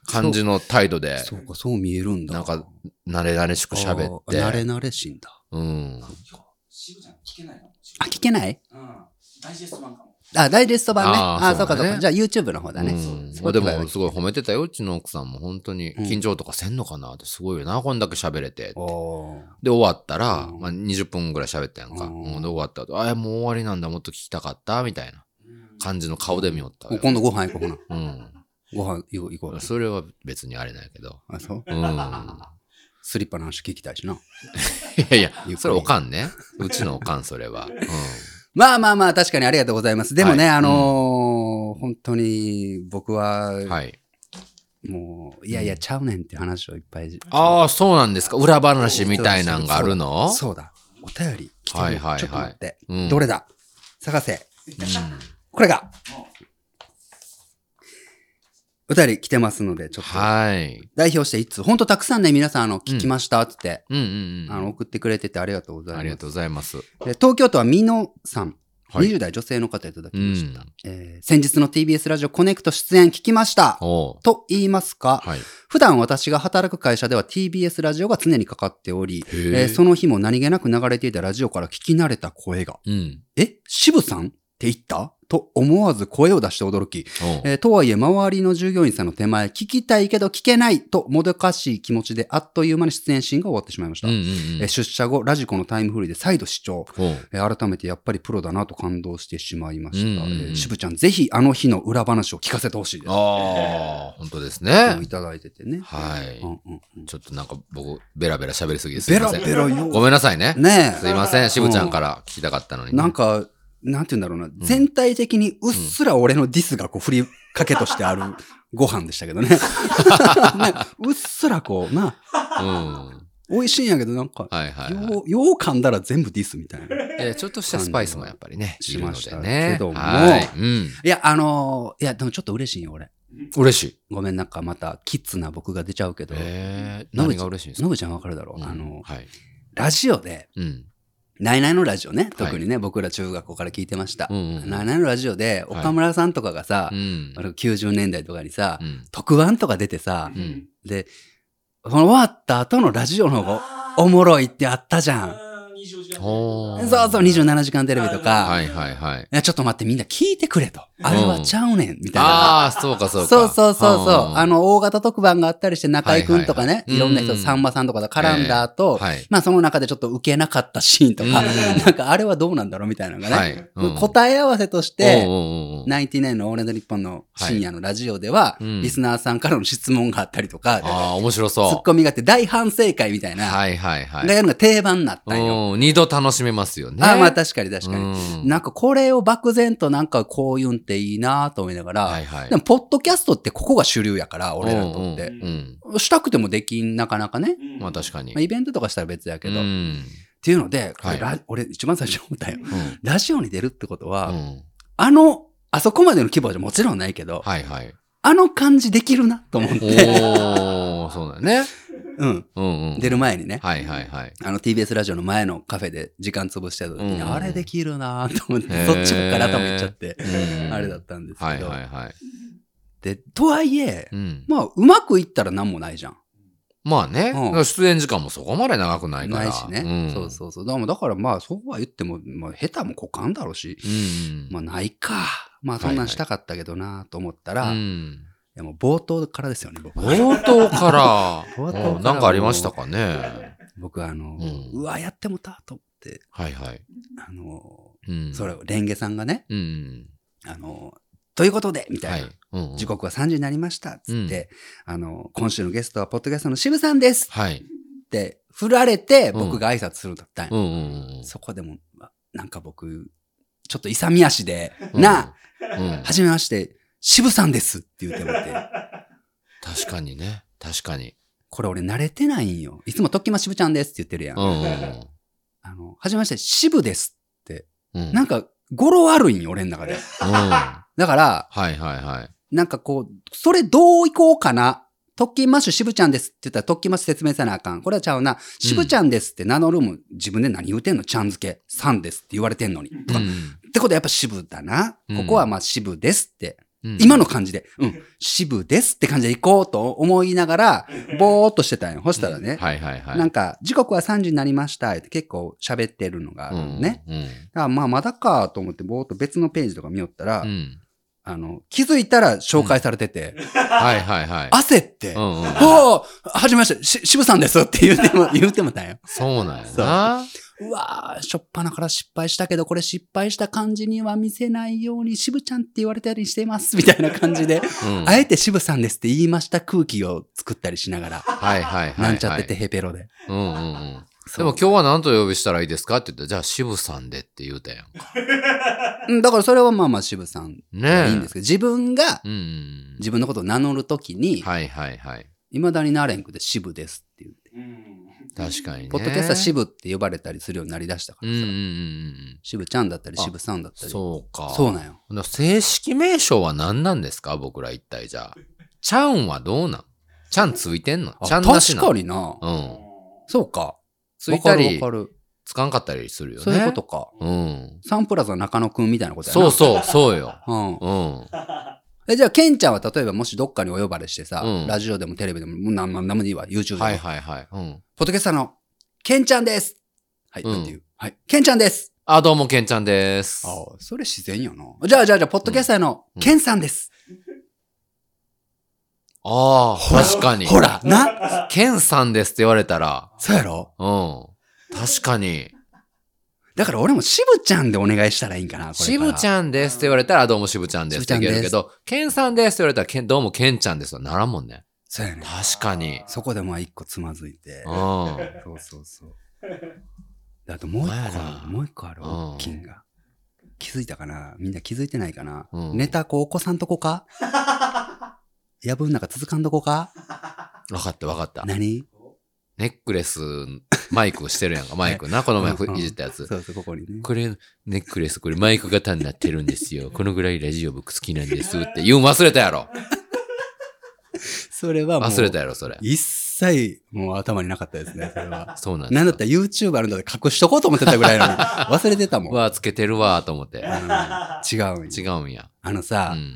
S2: 感じの態度で
S1: そうか、そう見えるんだ。
S2: なんか慣れ慣れしく喋っ
S1: あー慣れ
S2: て、
S1: 慣れしいんだ。
S2: うん、
S3: 今日、しぶちゃん聞けないの
S1: あ、聞けない
S3: うん。ダイジェスト版かも。
S1: あ、ダイジェスト版ね。
S2: あ
S1: あ
S2: ー
S1: ー、そうかそ
S2: そう
S1: う
S2: だ
S1: か。
S2: ね
S1: じゃあ YouTube の方だね。
S2: うん、ま
S1: Spotify
S2: あで
S1: は
S2: もすごい褒めてたよ、うちの奥さんも本当に
S1: うん
S2: 緊張とかせんのかなってすごいよな、こんだけ喋れてって。
S1: おー
S2: で、終わったら、
S1: うん
S2: まあ、20分ぐらい喋ったやんか。
S1: うん
S2: うんで、終わった後、あ、もう終わりなんだ、もっと聞きたかった、みたいな
S3: うん
S2: 感じの顔で見よったわ
S1: お
S2: よ。
S1: 今度ご飯行こうほな。
S2: う。。
S1: ご飯行こう行こうん
S2: それは別にあれなんやけ
S1: <laughs>
S2: ど。
S1: あ、そう
S2: うん。いや
S1: スリッパの話聞きたいしな。
S2: いや
S1: ゆっくり、
S2: それおかんね。うちのおかん、それ
S1: <laughs>
S2: は。うん。
S1: まあまあまあ、確かにありがとうございます。でもね、
S2: はい
S1: あのー本当に僕は、
S2: はい。
S1: もう、いやいや、ちゃうねんって話をいっぱい。
S2: ああ、そうなんですか。裏話みたいなんがあるの
S1: そうだ。お便り来てる。
S2: はいはいはい
S1: ちょっと待って。
S2: うん
S1: どれだ探せ。
S2: うん
S1: これが。
S3: も
S1: お便り来てますので、ちょっと
S2: はい。
S1: 代表して一通。本当たくさんね、皆さん、あの、聞きましたってって、
S2: うんうん
S1: あの、
S2: う
S1: 送ってくれててありがとうござい
S2: ん。
S1: ます。
S2: ありがとうございます。
S1: で東京都はみのさん。
S2: はい
S1: 20代女性の方いただき
S2: う
S1: ました。
S2: ん。
S1: えー先日の TBS ラジオコネクト出演聞きました。
S2: おう
S1: と言いますか、
S2: はい。
S1: 普段私が働く会社では TBS ラジオが常にかかっており、えーその日も何気なく流れていたラジオから聞き慣れた声が、
S2: うん。
S1: え、渋さんって言ったと思わず声を出して驚き、
S2: おう
S1: えーとはいえ周りの従業員さんの手前、聞きたいけど聞けないともどかしい気持ちであっという間に出演シーンが終わってしまいました。
S2: うんうん
S1: えー出社後、ラジコのタイムフリーで再度視聴。
S2: うん。おう
S1: えー改めてやっぱりプロだなと感動してしまいました。
S2: う
S1: え
S2: んうんうん
S1: ー渋ちゃん、ぜひあの日の裏話を聞かせてほしいです。
S2: ああ、本当で
S1: <laughs>
S2: す
S1: もう
S2: ね
S1: い。ただいててね。
S2: はい
S1: うんうんうん
S2: ちょっとなんか僕、ベラベラ喋りすぎです。
S1: ベラ
S2: すいま
S1: ベ
S2: せん
S1: ラよ。
S2: ごめんなさいね。
S1: ね
S2: すいません。しぶちゃんから聞きたかったの
S1: え。
S2: にね。
S1: なんか、なんて言うんだろうな。全体的にうっすら俺のディスがこう、振りかけとしてあるご飯でした
S2: <laughs>
S1: けどね。ねうっすらこう、な、
S2: うん。
S1: 美味しいんやけどなんか、
S2: はいはいはい。
S1: よう、よう噛んだら全部ディスみたいな。い
S2: えーちょっとしたスパイスもやっぱりね、い
S1: し
S2: るの
S1: まし
S2: で
S1: た
S2: ね。
S1: けども
S2: はい。うん。
S1: や、あのーいや、でもちょっと嬉しいよ、俺。
S2: 嬉しい。
S1: ごめん、なんかまた、キッズな僕が出ちゃうけど。
S2: えー、
S1: ノブ
S2: 何が嬉しいんです
S1: ノ
S2: か
S1: ブちゃんわかるだろう、あ
S2: うん
S1: の、
S2: はい。
S1: ラジオで、
S2: うん。
S1: ナイナイのラジオね、特にね、僕ら中学校から聞いてました。
S2: うんうんうん
S1: ナイナイのラジオで、
S2: はい
S1: 岡村さんとかがさ、
S2: うん
S1: あ。の90年代とかにさ、
S2: うん
S1: 特番とか出てさ
S3: う、
S2: ん
S1: で、その終わった後のラジオの方が
S3: あー
S1: おもろいってあったじゃん。
S3: あー24時間
S2: ほー
S1: そうそう、27時間テレビとか、
S2: はいはいはい。
S1: いやちょっと待って、みんな聞いてくれと。あれはちゃうねん、みたいな。
S2: ああ、そうかそうか。
S1: そうそうそうそう。
S2: ん
S1: あ、の、大型特番があったりして、中居くんとかね、
S2: はいはいはい
S1: いろんな人
S2: う
S1: と、
S2: ん
S1: さんまさんとかと絡んだ後、
S2: はい。
S1: まあその中でちょっと受けなかったシーンとか、
S2: うん
S1: <laughs> なんかあれはどうなんだろうみたいなのがね。
S2: はい。うん
S1: 答え合わせとし
S2: お
S1: て、
S2: うおうおう
S1: ナインティナインのオールナイトニッポンの深夜のラジオでは、
S2: はいうん
S1: リスナーさんからの質問があったりとか、
S2: ああ、面白
S1: ツ
S2: そう。
S1: ッコミがあって大反省会みたいな、
S2: はいはいはい。
S1: がやるのが定番になったんよ。
S2: うん二度楽しめますよね。
S1: ああまあ確かに確かに。
S2: うん
S1: なんかこれを漠然となんかこういうんっていいなと思いながら、
S2: はいはい
S1: でもポッドキャストってここが主流やから、俺らにとっ
S3: う
S1: て
S3: ん。
S2: うん。
S1: したくてもできん、なかなかね。
S3: うん
S2: まあ確かに。
S1: まあ、イベントとかしたら別やけど。っ
S2: うん。
S1: ていうので、これ
S2: はい
S1: ラ俺一番最初に思ったよ。
S2: うん
S1: ラジオに出るってことは、
S2: うん
S1: あの、あそこまでの規模じゃもちろんないけど、 <laughs>
S2: はいはい。
S1: あの感じできるなと思って、
S2: おー、そうだね。
S1: うん。
S2: うんうん。
S1: 出る前にね。
S2: はいはいはい。
S1: あの TBS ラジオの前のカフェで時間潰してた時に、
S2: うん
S1: あれできるなぁと思っ
S2: へ
S1: て、
S2: ー
S1: そっちばっかり頭いっちゃって、
S2: うん
S1: あれだったんですけど。
S2: はいはいはい。
S1: で、とはいえ、
S2: うん。
S1: まあ、うまくいったら何もないじゃん。
S2: まあね、
S1: うん
S2: だから出演時間もそこまで長くないから。
S1: ないしね。そうそうそう。だからだからまあ、そうは言っても、まあ、下手も股間だろうし、
S2: うん。うん。
S1: まあ、ないか。まあ、そんなんしたかったけどなぁと思ったら、
S2: う
S1: い
S2: ん。 <laughs>
S1: やもう冒頭からですよね、僕は。
S2: 冒頭から、
S1: 冒頭から
S2: うんなんかありましたかね。
S1: <laughs> 僕はあの、
S2: うん
S1: うわ、やってもたと思って、
S2: はいはい。
S1: あの、
S2: うん。
S1: それ、レンゲさんがね、
S2: うん。
S1: あの、ということで、みたいな。
S2: はい。うんうん
S1: 時刻は3時になりました。つって、あの、今週のゲストは、ポッドキャストの渋さんです
S2: はい。
S1: って、振られて、
S2: うん
S1: 僕が挨拶するんだったん
S2: うん
S1: よ
S2: うんうん。
S1: そこでも、あなんか僕、ちょっと勇み足で、
S2: うん
S1: な
S2: うん
S1: あ、。はじめまして、渋さんですって言ってもらって、 <laughs>
S2: 確かにね。確かに。
S1: これ俺慣れてないんよ。いつも、とっきま渋ちゃんですって言ってるやん。
S2: うんうん
S1: あの、はじめまして、渋です。
S2: うん。うん。
S1: なんか、語呂悪いんよ、俺の中で。
S2: うん。は
S1: だから、
S2: いはいはい。
S1: なんかこう、それどういこうかな。特勤マッシュ渋ちゃんですって言ったら特勤マッシュ説明せなあかん。これはちゃうな。渋ちゃんですって名乗るも自分で何言うてんのちゃん付け。さんですって言われてんのに。と
S2: う
S1: かっ
S2: ん
S1: てことはやっぱ渋だな。
S2: うん
S1: ここはまあ渋ですって。
S2: うん
S1: 今の感じで、うん、渋ですって感じで行こうと思いながら、ぼーっとしてたんよ。そしたらね。
S2: はいはいはい。
S1: なんか、時刻は3時になりました。って結構喋ってるのがあるのね。
S2: うん。
S1: あまあ、まだかと思って、ぼーっと別のページとか見よったら、
S2: うんうん。
S1: あの、気づいたら紹介されてて、
S2: はいはいは
S1: <laughs>
S2: い。
S1: 焦って、
S2: うんうん。
S1: おおはじめまして、し、渋さんですって言うても、
S2: <laughs>
S1: 言うてもたんよ。
S2: そうなんやな。
S1: うわー、しょっぱなから失敗したけど、これ失敗した感じには見せないように、渋ちゃんって言われたりしてます、みたいな感じで、
S2: うん
S1: あえて渋さんですって言いました空気を作ったりしながら、
S2: はいはいはいはい。
S1: なんちゃってて。ヘペロで。
S2: うんうんうん。
S1: そ
S2: で
S1: う
S2: も今日は何と呼びしたらいいですかって言ったら、じゃあ渋さんでって言うたやん。
S1: うんだからそれはまあまあ渋さん
S2: ね
S1: で
S2: え。
S1: いいんですけど、自分が、
S2: うんうん
S1: 自分のことを名乗るときに
S2: うん。、はいはいはい。
S1: 未だになれんくて渋ですっていう。
S3: うん。
S2: 確かにね。
S1: ポッドキャストは渋って呼ばれたりするようになりだしたか
S2: うん
S1: ら
S2: う
S1: さ
S2: んうんうん。
S1: 渋ちゃんだったり渋さんだったり。
S2: そうか。
S1: そうなんよ。
S2: う。正式名称は何なんですか僕ら一体じゃあ。ちゃんはどうなんちゃんついてんの
S1: あ
S2: ちゃんなし
S1: 確
S2: な
S1: かにな。
S2: う
S3: うん
S2: ん。
S1: そうか。
S2: ついたり
S1: わかるわかる
S2: つかんかったりするよね。
S1: そういうことか。
S2: うん。
S1: サンプラザ中野くんみたいなことやな。
S2: そ
S1: <laughs>
S2: うそう、そうよ。
S1: うん。
S2: うん。
S1: え、じゃあ、ケンちゃんは例えばもしどっかにお呼ばれしてさ、
S2: うん
S1: ラジオでもテレビでも、もうなんなんでもいいわ、YouTube でも。
S2: はいはいはい。うん。
S1: ポッドキャスターの、ケンちゃんですはい、
S2: うん
S1: なんていう。はい、ケンちゃんです
S2: あ、どうも、けんちゃんです。
S1: ああ、それ自然やな。じゃあ、じゃあ、じゃあ、ポッドキャスターの
S2: う、ん
S1: ケンさんです、
S2: ああ、確かに。
S1: ほら、な、
S2: ケンさんですって言われたら、
S1: そうやろ
S2: うん。確かに。
S1: だから俺も渋ちゃんでお願いしたらいいんかな、これから。
S2: しぶちゃんですって言われたら、どうもしぶちゃんですって言えるけど、ケンさんですって言われたらけん、どうもけんちゃんですよ。ならんもんね。
S1: そうやね。
S2: 確かに。
S1: そこでまあ一個つまずいて
S2: う。ん。
S1: そうそうそう。であともう一個
S2: お前ら
S1: ある、もう一個ある、
S2: うん
S1: 大きいんが。気づいたかなみんな気づいてないかな、
S2: うん
S1: ネタこう起こさんとこ <laughs> かやぶん中続かんとこか
S2: わかったわかった。
S1: 何
S2: ネックレス、マイクしてるやんか。マイクな、この前
S1: うんうん
S2: いじったやつ。
S1: そうそう、ここにね。
S2: これ、ネックレス、これマイク型になってるんですよ。このぐらいラジオ僕好きなんですって言うん忘れたやろ。
S1: それはもう、
S2: 忘れたやろ、それ。
S1: 一切もう頭になかったですね、それ <laughs> は。
S2: そうなんです
S1: なんだったら YouTube あるので隠しとこうと思ってたぐらい <laughs> なのに、忘れてたもん。
S2: わあ、つけてるわーと思って。
S1: 違うんよ
S2: 違うんや。
S1: あの
S2: う
S1: さ、
S2: ん。
S1: い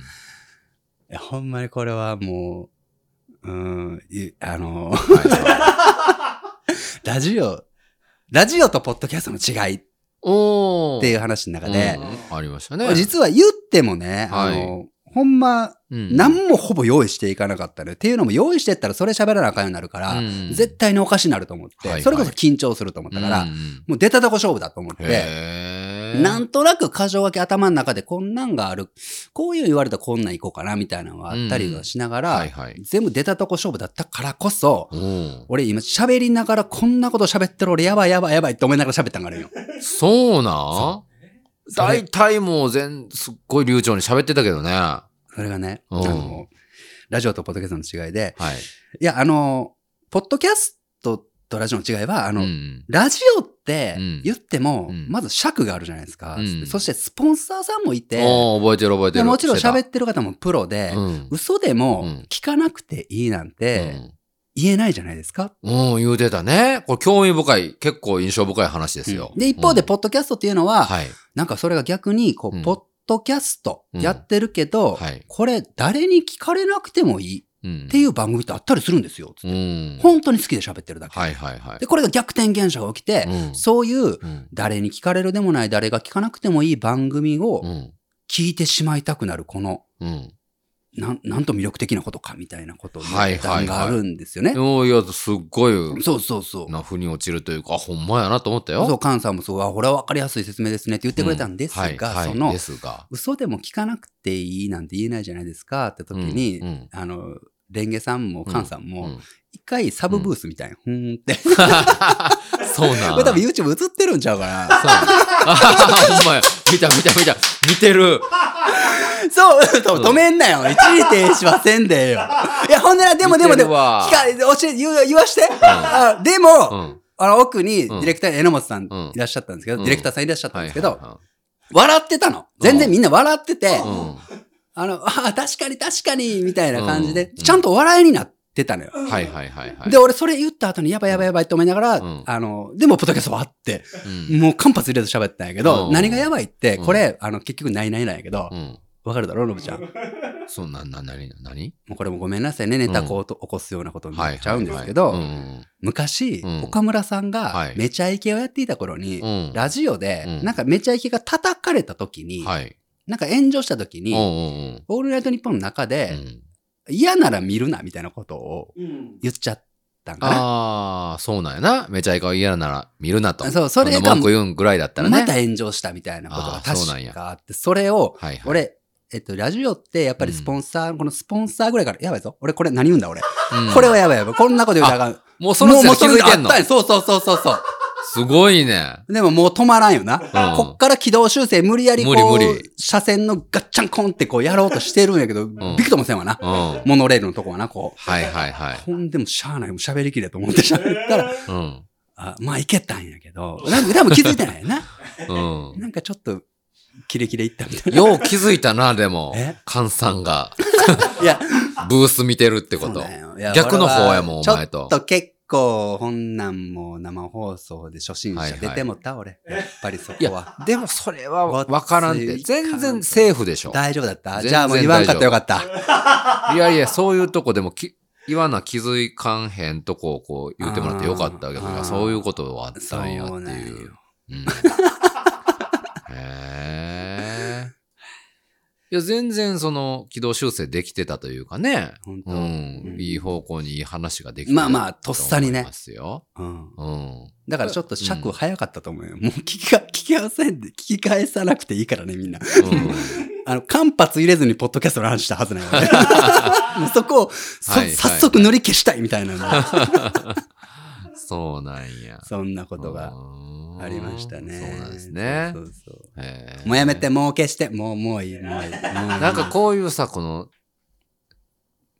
S1: やほんまにこれはもう、うーん、いあの、 <laughs>
S2: はい
S1: ラジオ、ラジオとポッドキャストの違いっ
S2: おー。
S1: ていう話の中
S2: う
S1: で、
S2: んありましたね。
S1: 実は言ってもね、あの、ほんま、
S2: うん、
S1: 何もほぼ用意していかなかったのよ。っていうのも用意してったらそれ喋らなあかんようになるから、
S2: うん
S1: 絶対におかしになると思って、
S2: はいはい
S1: それこそ緊張すると思ったから、
S2: うんうん
S1: もう出たとこ勝負だと思って、
S2: へー
S1: なんとなく箇条書き頭の中でこんなんがある、こういう言われたらこんなんいこうかなみたいなのがあったりはしながら、
S2: はいはい。
S1: 全部出たとこ勝負だったからこそ、
S2: お
S1: 俺今喋りながらこんなこと喋ってる俺やばいやばいやばいって思いながら喋ったんがあ
S2: <laughs>
S1: るんよ。
S2: ーそうな
S1: それ
S2: 大体もう全、すっごい流暢に喋ってたけどね。は
S1: それがね、あ
S2: うん
S1: の、ラジオとポッドキャストの違いで、
S2: い。
S1: いや、あの、ポッドキャストとラジオの違いは、あ
S2: う
S1: の、
S2: ん。
S1: ラジオって
S2: うん
S1: 言っても、
S2: うん
S1: まず尺があるじゃないですか。
S2: うん
S1: そしてスポンサーさんもいて、
S2: おー覚えてる覚えて
S1: で
S2: る。
S1: もちろん喋
S2: て
S1: ってる方もプロで、
S2: たうん。
S1: 嘘で
S2: う
S1: も
S2: ん
S1: 聞かなくていいなんて、言えないじゃないですか。
S2: うん、言うてたね。これ興味深い、結構印象深い話ですよ。
S1: うんで、一方で、ポ
S2: ッ
S1: ッドキャストっていうのは、
S2: はい。
S1: なんかそれが逆に、こう、
S2: うん
S1: ポッドキャストやってるけど、
S2: はい。
S1: これ誰に聞かれなくてもいい
S2: うん
S1: っていう番組ってあったりするんですよ。つっ
S2: う
S1: て
S2: ん。
S1: 本当に好きで喋ってるだけ。
S2: はいはいはい。
S1: で、これが逆転現象が起きて、
S2: うん
S1: そういう
S2: うん。
S1: 誰に聞かれるでもない、誰が聞かなくてもいい番組
S2: う
S1: を
S2: ん。
S1: 聞いてしまいたくなる、この、
S2: うん。
S1: なん、なんと魅力的なことか、みたいなことの
S2: はいはいは
S1: 段
S2: い
S1: があるんですよね。
S2: うんいや、すっごい、
S1: そうそうそう。
S2: な、腑に落ちるというか、あ、ほんまやなと思ったよ。
S1: そう、菅さんもそう、あ、これは分かりやすい説明ですねって言ってくれたんですが、
S2: はいはい
S1: その
S2: で、すが。
S1: 嘘でも聞かなくていいなんて言えないじゃないですかって時に、
S2: うんうん
S1: あの、レンゲさんもカンさん
S2: う
S1: も、
S2: ん
S1: 一回サブブースみたいな、ふーんって。
S2: <laughs> そうなん。
S1: これ多分 YouTube 映ってるんちゃうか
S2: <laughs>
S1: な。
S2: そうなんあは <laughs> はほんまや。見た見た見た。見てる。
S1: そう、多 <laughs> 分止めんなよ。一時停止はせんでええよ。いや、ほんでな、でもでもで
S2: 見てる
S1: も、
S2: わ
S1: 聞か、教え、言う言わして。あでも、
S2: うん。
S1: あの、奥にデ
S2: うん
S1: ィレクターの榎本さん
S2: うん
S1: いらっしゃったんですけど、
S2: うん
S1: ディレクターさんいらっしゃったん
S2: はい
S1: で
S2: はい
S1: すけど、
S2: は
S1: 笑ってたの。全然みんな笑ってて、
S2: い。うん。
S1: あの、ああ、確かに確かに、みたいな感じで、
S2: うん
S1: ちゃんと笑いになってたのよ。
S2: はいはいはいはい。
S1: で、俺それ言った後に、やばいやばいやばいって思いながら、
S2: うん
S1: あの、でもポッドキャストはあって、
S2: うん、
S1: もう間髪入れず喋ってたんやけど、
S2: うん
S1: 何がやばいって、
S2: うん
S1: これ、あの、結局ないないなんやけど、わ、
S2: うん。
S1: かるだろ、ノブちゃん。も
S2: そう、な、な、なになに
S1: うこれもごめんなさいね、ネタこうと起こすようなことに
S2: は。
S1: ないっちゃうんですけ
S2: はいは
S1: ど、
S2: いうん
S1: 昔
S2: う、ん
S1: 岡村さんが
S2: は、い
S1: めちゃイケをやっていた頃に
S2: う、ん。
S1: ラジオで、
S2: うん
S1: なんかめちゃイケが叩かれた時に、
S2: はい。
S1: なんか炎上した時
S2: うんう
S1: に、
S2: ん
S1: オールナイトニッポンの中
S2: うん。う
S1: で、
S2: ん
S1: 嫌なら見るな、みたいなことを
S3: うん。
S1: 言っちゃったんかな。
S2: ああ、そうなんやな。めちゃイカ嫌なら見るなと。
S1: そうそれが
S2: んな文句言うんぐらいだったらね。
S1: また炎上したみたいなことが
S2: あーそうなん
S1: 確
S2: や
S1: かあって、それを、
S2: はいはい。、
S1: 俺、えっと、ラジオってやっぱりスポンサー、このスポンサーぐらいから、やばいぞ。俺これ何言うんだ俺。
S2: うん
S1: これはやばいやばい。こんなこと言うたらあかん。
S2: もうその時
S1: も
S2: 点で気づいてん
S1: も
S2: の
S1: うそ時点であったんやそうそうそうそうそう。
S2: すごいね。
S1: でももう止まらんよな。
S2: ん
S1: こっから軌道修正無理やりこう、
S2: 無理無理
S1: 車線のガッチャンコンってこうやろうとしてるんやけど、びくともせんわな。
S2: うん。はい
S1: モノレールのとこはな、こう。
S2: はいはい。
S1: ほんでもしゃあない、もう喋りきれと思って喋
S2: <laughs>
S1: ったら、
S2: うん。
S1: あまあいけたんやけど、なんか多分気づいてないよな。
S2: うん。
S1: なんかちょっと、キレキレいったみたいな。
S2: よう気づいたな、でも
S1: え。
S2: 菅さんが、
S1: いや、
S2: ブース見てるってこ
S1: そう
S2: と。
S1: なんよいや
S2: 逆の方やもん
S1: 俺は
S2: お前と
S1: ちょっと結構、ほんなんも生放送で初心
S2: はい
S1: 者
S2: はい
S1: 出てもった、俺。やっぱりそ
S2: い
S1: こ
S2: や
S1: は。、
S2: でもそれはわからんって。
S1: ごっついかん
S2: 全然セーフでしょ。
S1: 大丈夫だった
S2: 全然
S1: じゃあもう言わんかったよかった。
S2: いやいや、そういうとこでもき、言わな気づかんへんとこをこう言ってもらってよかったけど、
S1: あー
S2: いやそういうことはあったんやっていう。うん、へえ。いや、全然その軌道修正できてたというかね。
S1: 本当
S2: う
S1: うん
S2: ん。いい方向にいい話ができて
S1: まあまあとっさにね
S2: と思いますよ。
S1: うん。
S2: うん。
S1: だからちょっと尺早かったと思うよ。もう聞きか、聞 <laughs> き合わせんで、聞き返さなくていいからね、みんな。あの、間髪入れずにポッドキャストの話したはずない。
S2: <laughs>
S1: 俺もうそこを、そ
S2: はいはいはい
S1: 早速塗り消したいみたいなの。
S2: うん、そうなんや。
S1: そんなことが
S2: うん
S1: ありましたね。
S2: そうなんですね
S1: そ。うそうそう
S2: へえ
S1: もうやめて、もう消して、もう、もういい、もういい。な
S2: なんかこういうさ、この、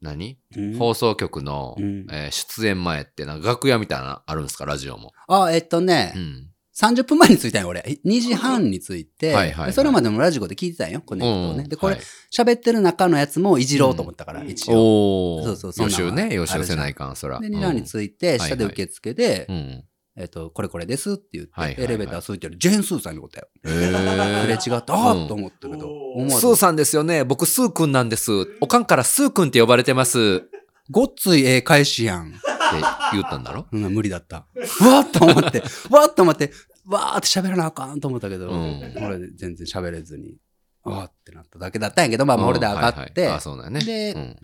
S2: 何
S1: うん
S2: 放送局の、
S1: うん
S2: えー出演前ってなんか楽屋みたいなのあるんですかラジオも。
S1: あ、えっとね、
S2: うん。
S1: 30分前に着いたんよ、俺。2時半に着いて、
S2: はいはいはい
S1: でそれまでもラジコで聞いてたんよ、コネクトをね。
S2: うん
S1: で、これ
S2: はい、
S1: 喋、ってる中のやつもいじろうと思ったから、
S3: うん
S1: 一応。
S2: お
S1: そうそうそん
S2: 予
S1: なんある
S2: 習ね。
S1: じゃん
S2: 予習せないかん、そら。
S1: で、2段に
S2: い
S1: 着いて、
S2: ん
S1: 下で受付で、
S2: うん。
S1: えっと、これこれですって言って、
S2: はいはいはい
S1: エレベーター空いてる、ジェーンスーさんにおったよ。
S2: え
S1: すれ違
S2: ー
S1: っ。た、あー
S2: うん
S1: と思ったけど、
S3: おー
S1: 思わ
S2: スー
S1: ず、
S2: さんですよね。僕、スーくんなんです。おかんからスーくんって呼ばれてます。って
S1: ごっついええ返しやん。
S2: 言ったんだろ
S1: うん、無理だった。わーっと思って、わーっと思って、わーって喋らなあかんと思ったけど、
S2: うん
S1: 俺全然喋れずに、わーってなっただけだったんやけど、 <laughs> まあ、まあ
S2: うん
S1: 俺で上がって、
S2: はいはいあ、そうだよね。
S1: で
S2: うん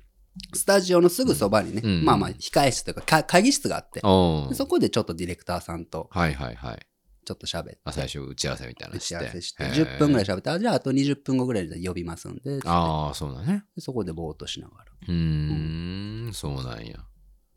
S1: スタジオのすぐそばにね、
S2: うん
S1: まあまあ、控え室というかか会議室があって、
S2: お
S1: で
S2: ー
S1: そこでちょっとディレクターさんと
S2: はいはいはい。
S1: ちょっと喋って、
S2: あ最初、打ち合わせみたいな
S1: 打
S2: のして。
S1: ち合わせして、
S2: へー
S1: 10分ぐらい喋って、あ、じゃああと20分後ぐらいで呼びますんで、
S2: ああ、そうだね。
S1: でそこでぼーっとしながら。
S2: うーん、そうなんや。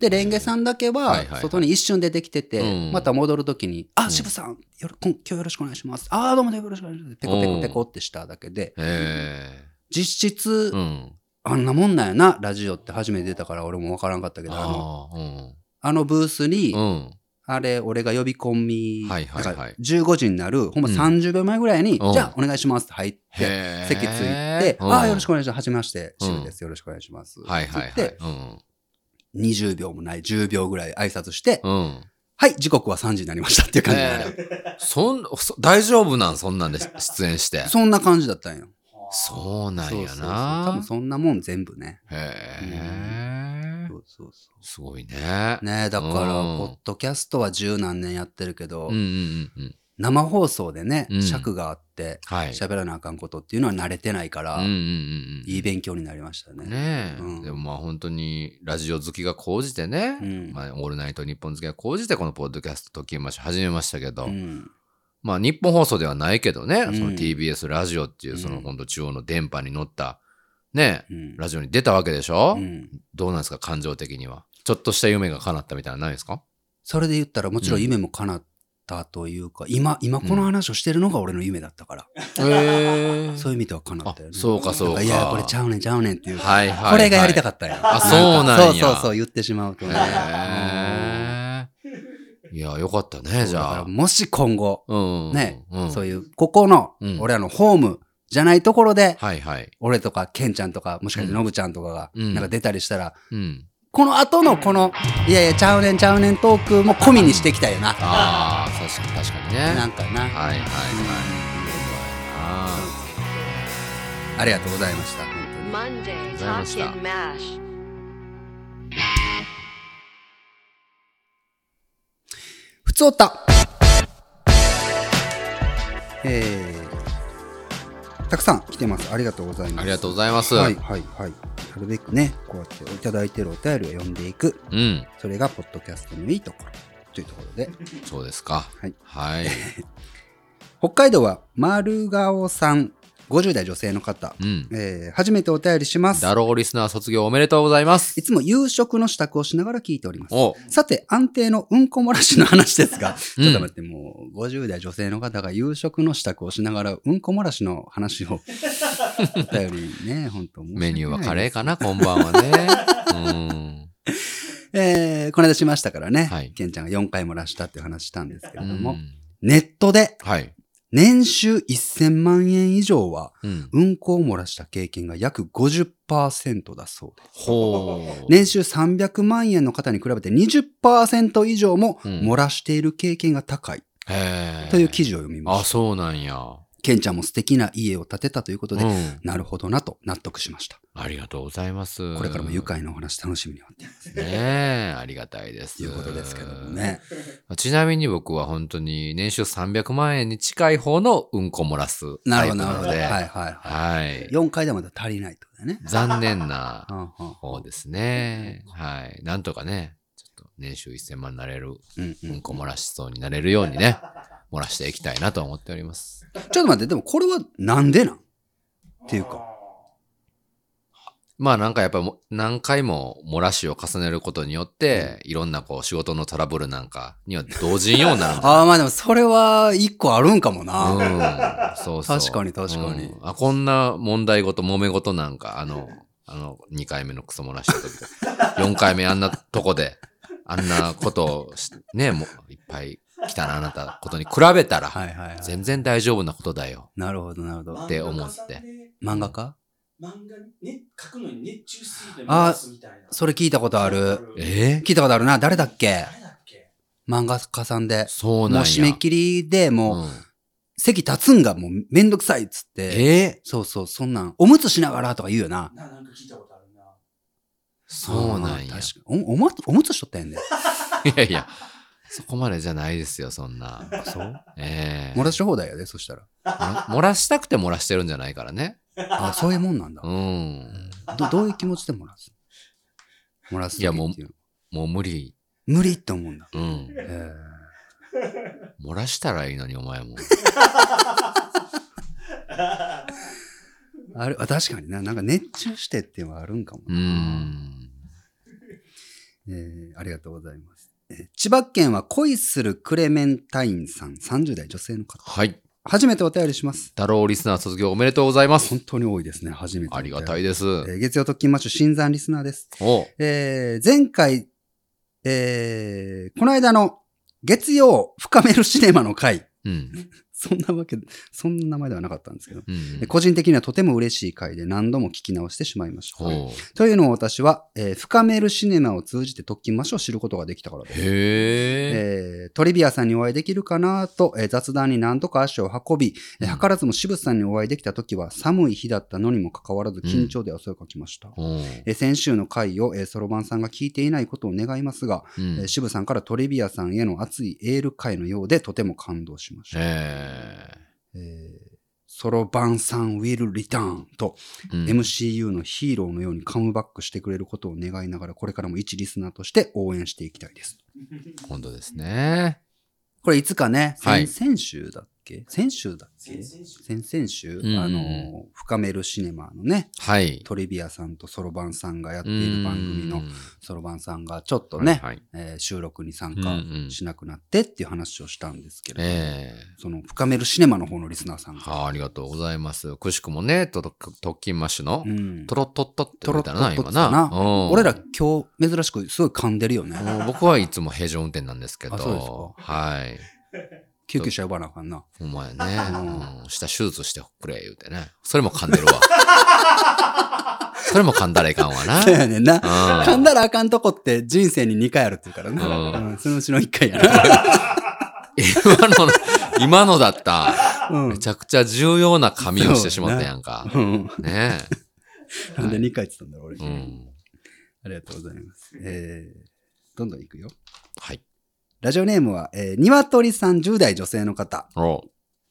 S1: で、レンゲさんだけ
S2: はい
S1: は
S2: はいは、い
S1: 外に一瞬出てきてて、
S2: うん
S1: また戻るときに、あ、
S2: ん
S1: 渋さん、よろ今今日よろしくお願いします。あー、どうもよろしくお願いします。ペコペコペコってしただけで、
S2: え
S1: 実
S2: え
S1: 質、
S2: うん。
S1: あんなもんなんやな、ラジオって初めて出たから俺もわからんかったけど、あの、
S2: ああ、うん。
S1: あのブースに、
S2: うん。
S1: あれ、俺が呼び込み、
S2: はいはいはい
S1: なんか15時になる、ほんま
S2: うん
S1: 30秒前ぐらいに、
S2: うん
S1: じゃあお願いしますって入って、
S2: へえ
S1: 席ついて、ああ、よろしくお願いします。はじめまして、
S2: うん
S1: 渋です。よろしくお願いします。
S2: はいはい
S1: って
S2: は
S1: 言っ
S2: い
S1: て。
S2: うん。
S1: 20秒もない10秒ぐらい挨拶して、
S2: うん。
S1: はい、時刻は3時になりましたっていう感じになる。
S2: ええそん、そ大丈夫なんそんなんで出演して。
S1: そんな感じだったんよ。
S3: はあ
S2: そうなんや
S1: そうそうそう多
S2: な
S1: 分。そんなもん全部ね。
S2: へえ。
S1: そうそうそ
S2: すごいね
S1: う。。ねえ、だから、ポ
S2: うん
S1: ッドキャストは十何年やってるけど、
S2: うんうんうんうん。
S1: 生放送でね
S2: う、ん
S1: 尺があって、
S2: はい。
S1: 喋らなあかんことっていうのは慣れてないから、
S2: うんうんうん
S1: いい勉強になりました
S2: う
S1: ね。
S2: ん。ねえ、
S1: うん
S2: でもまあ本当にラジオ好きが高じてね、
S1: うん
S2: まあオールナイト日本好きが高じてこのポッドキャスト時まし始めましたけど、
S1: うん。
S2: まあ日本放送ではないけどね、
S1: ん
S2: その TBS ラジオっていうその本当中央の電波に乗ったね、
S1: うん。
S2: ラジオに出たわけでしょ、
S1: うん
S2: どうなんですか感情的には。ちょっとした夢が叶ったみたいなのないですか
S1: それで言ったら、もちろん夢も叶ったというか、今、今この話をしてるのが俺の夢だったから、
S2: へえ
S1: そういう意味では叶ったよ
S2: あ
S1: ね。
S2: そうかそうか
S1: いや、これちゃうねん、ちゃうねんっていう。
S2: はいはい、はい。
S1: これがやりたか
S2: っ
S1: ったよ。
S2: あそうなんや
S1: そうそうそう、言ってしまうとね。
S2: へ <laughs> え。いや、よかったね、じ
S1: だか
S2: ゃ
S1: ら
S2: あ。
S1: もし今後、
S2: うん。
S1: ね
S2: うん、
S1: そういう、ここの
S2: う、ん
S1: 俺らのホームじゃないところで、
S2: はいはい。
S1: 俺とか、ケンちゃんとか、もしかしてノブちゃんとかが、
S2: うん
S1: なんか出たりしたら、
S2: うん。
S1: この後のこの、いやいや、ちゃうねんちゃうねんトークも込みにしていきたいよな。
S2: ああ、確かに、確かにね。
S1: なんかな。
S2: はいはいはい。あ
S1: ありがとうございました。本当に
S4: Monday,
S2: Vamos lá.
S4: Talking Mash.
S1: ふつおた。えー、たくさん来てます。ありがとうござい
S2: ー
S1: ます。
S2: ありがとうございます。
S1: はいはいはい。なるべくね、こうやっていただいてるお便りを読んでいく。
S2: うん。
S1: それがポッドキャストのいいところ。というところ
S2: <laughs>
S1: で。
S2: そうですか。
S1: はい。 <laughs>
S2: はい。
S1: 北海道は丸顔さん、50代女性の方。
S2: うん。
S1: えー、初めてお便りします。
S2: ダローリスナー卒業おめでとうございます
S1: い。つも夕食の支度をしながら聞いております。
S2: お、
S1: さて、安定のうんこ漏らしの話ですが、
S2: うん
S1: ちょっと待って、もう、50代女性の方が夕食の支度をしながら、うんこ漏らしの話
S2: <laughs>
S1: を、お便りにね、本当
S2: メニューはカレー
S1: か。
S2: かな、こんばんは
S1: <laughs>
S2: ね。
S1: えー、この間しましたからね、
S2: はい
S1: ケンちゃんが4回漏らしたっていう話したんですけ
S2: う
S1: れ
S2: ん。
S1: ども、
S2: うん
S1: ネットで
S2: はい。
S1: 年収1000万円以上は、
S2: うん。
S1: うんこを漏らした経験が約50%だそうです。
S2: ほう。
S1: 年収300万円の方に比べて20%以上も
S2: うん
S1: 漏らしている経験が高い
S2: へー
S1: という記事を読みま
S2: あ、
S1: した。
S2: そうなんや。
S1: ケンちゃんも素敵な家を建てたということ
S2: う
S1: で、
S2: ん。
S1: なるほどなと納得しました。
S2: ありがとうございます。
S1: これからも愉快なお話楽しみにはって
S2: ね
S1: <laughs>
S2: え、ありがたいです。
S1: ということですけども。ね。
S2: ちなみに僕は本当に年収300万円に近い方のうんこ漏らす
S1: な
S2: タイ
S1: るほ
S2: プ
S1: ど、なる
S2: な
S1: ほ
S2: の
S1: ど。はい
S2: で、
S1: はいは
S2: はい
S1: い。。4回でまだ足りないってことだね。
S2: 残念な
S1: うんうん
S2: 方で
S1: <laughs>
S2: すね。はい。なんとかね、ちょっと年収1000万になれる、
S1: うんう
S2: うんんこ漏らしそうになれるようにね、漏らしていきたいなと思っております。
S1: ちょっと待って、でもこれはなんでなんっていうか。
S2: まあなんかやっぱも何回も漏らしを重ねることによって、いろんなこう仕事のトラブルなんかには同時にようになるんじゃない
S1: ああ、まあでもそれは1個あるんかもな。
S2: うんそうそう。
S1: 確かに確かに
S2: うんあ、こんな問題事、揉め事なんか、あの、あの、2回目のクソ漏らした時と
S1: <laughs>
S2: か、4回目あんなとこで、あんなことをし、ね、もういっぱい来たな、あなたことに比べたら、
S1: はいはいはい。
S2: 全然大丈夫なことだよ。
S1: なるほど、なるほ
S3: 漫
S1: ど
S3: 画。
S2: て
S3: 家
S2: 思って
S3: さんで
S1: 漫画家
S3: 漫画にね、書くのに熱中しすぎて
S1: あー
S3: 漏らすみたいな。
S1: それ聞いたことある。
S2: えー
S1: 聞いたことあるな。誰だっけ
S3: 誰だっけ
S1: 漫画家さんで。
S2: そう
S1: もう
S2: なんや。
S1: 締め切りでもう、
S2: うん
S1: 席立つんがもうめんどくさいっつって。
S2: え
S1: そうそう、そんなん。おむつしながらとか言うよな。
S3: ななんか聞いたこと
S1: <laughs>
S3: あるな。
S2: そうなんや
S1: あ。ー確かにおおむつおむつしとったんやん
S2: <laughs>
S1: で。
S2: いやいや、そこまでじゃないですよ、そんな。
S1: そう
S2: ええ
S1: 漏らし放題やで、そしたら。
S2: 漏らしたくて漏らしてるんじゃないからね。
S1: あ、そういうもん
S2: <laughs>
S1: なんだ
S2: う。ん。
S1: どどういう気持ちで漏らす漏らす時
S2: いやもう
S1: っていうの
S2: もう無理。
S1: 無理って思うんだ。
S2: うん。
S1: へー
S2: 漏らしたらいいのに、お前も。
S1: あれ、あ確かにな。なんか熱中してっていうのはあるんかも
S2: う
S1: な。
S2: ーん。
S1: えーありがとうございます。えー千葉県は恋するクレメンタインさん、30代女性の方。
S2: はい。
S1: 初めてお便りします。
S2: 太郎リスナー卒業おめでとうございます。
S1: 本当に多いですね、初めて。
S2: ありがた
S1: い。
S2: いです。
S1: えー月曜特勤マッシュ、新参リスナーです。
S2: お
S1: えー前回、えーこの間の月曜深めるシネマの回
S2: うん。
S1: そんなわけ、そんな名前ではなかったんですけど。
S2: うん
S1: で個人的にはとても嬉しい回で何度も聞き直してしまいました。
S2: ほう。
S1: というのを私は、えー深めるシネマを通じて特訓マッシュを知ることができたからです。
S2: へえ。
S1: えートリビアさんにお会いできるかなと、えー雑談に何とか足を運び、えー図らずも渋さんにお会いできた時は寒い日だったのにもかかわらず緊張で汗をかきました。
S2: ほう。
S1: えー先週の回を、えーそろばんさんが聞いていないことを願いますが、
S2: うん
S1: えー渋さんからトリビアさんへの熱いエール回のようでとても感動しました。
S2: へ
S1: えーそろばんさん will return と
S2: え。うん
S1: MCU のヒーローのようにカムバックしてくれることを願いながらこれからも一リスナーとして応援していきたいです。
S2: 今度ですね。
S1: これいつかね、先
S2: はい
S1: 先週だっけ先週だっけ
S3: 先々週
S1: 先々週、
S2: うん
S1: あの、深めるシネマのね、
S2: はい。
S1: トリビアさんとそろばんさんがやっている番組
S2: う
S1: の
S2: ん
S1: そろばんさんがちょっとね、
S2: はいはい。
S1: えー収録に参
S2: うんう
S1: 加
S2: ん
S1: しなくなってっていう話をしたんですけれど、
S2: ええ。
S1: その深めるシネマの方のリスナーさんが、
S2: はあ、ありがとうございます。くしくもね、とと特勤マッシュの
S1: う、ん
S2: とろっとっとって言ったな、
S1: トロットット
S2: 今
S1: って言
S2: な
S1: っ。た
S2: うん
S1: 俺ら、今日珍しくすごい噛んでるよね。
S2: うん僕はいつも平常運転なんですけ
S1: あそうですか
S2: ど、はい。
S1: 救急車呼ばなあかんな。
S2: お前ね、うん、した手術してくれ、言うてね。それも噛ん
S1: <laughs>
S2: でるわ。それも噛んだらいかんわ
S1: <laughs>
S2: な。
S1: そうやねんな。噛
S2: うん
S1: だらあかんとこって人生に2回あるって言うから
S2: う
S1: な。うん、そのうちの1回や
S2: <laughs>
S1: な。
S2: 今の、今のだった。
S1: うん
S2: めちゃくちゃ重要な噛みをしてしまったやんか。
S1: うん
S2: ね
S1: なんで2回って言ったんだろう、俺。
S2: え。うん。
S1: ありがとうございます。えー、どんどんいくよ。
S2: はい。
S1: ラジオネームは、えー、にわとりさん10代女性の方。
S2: お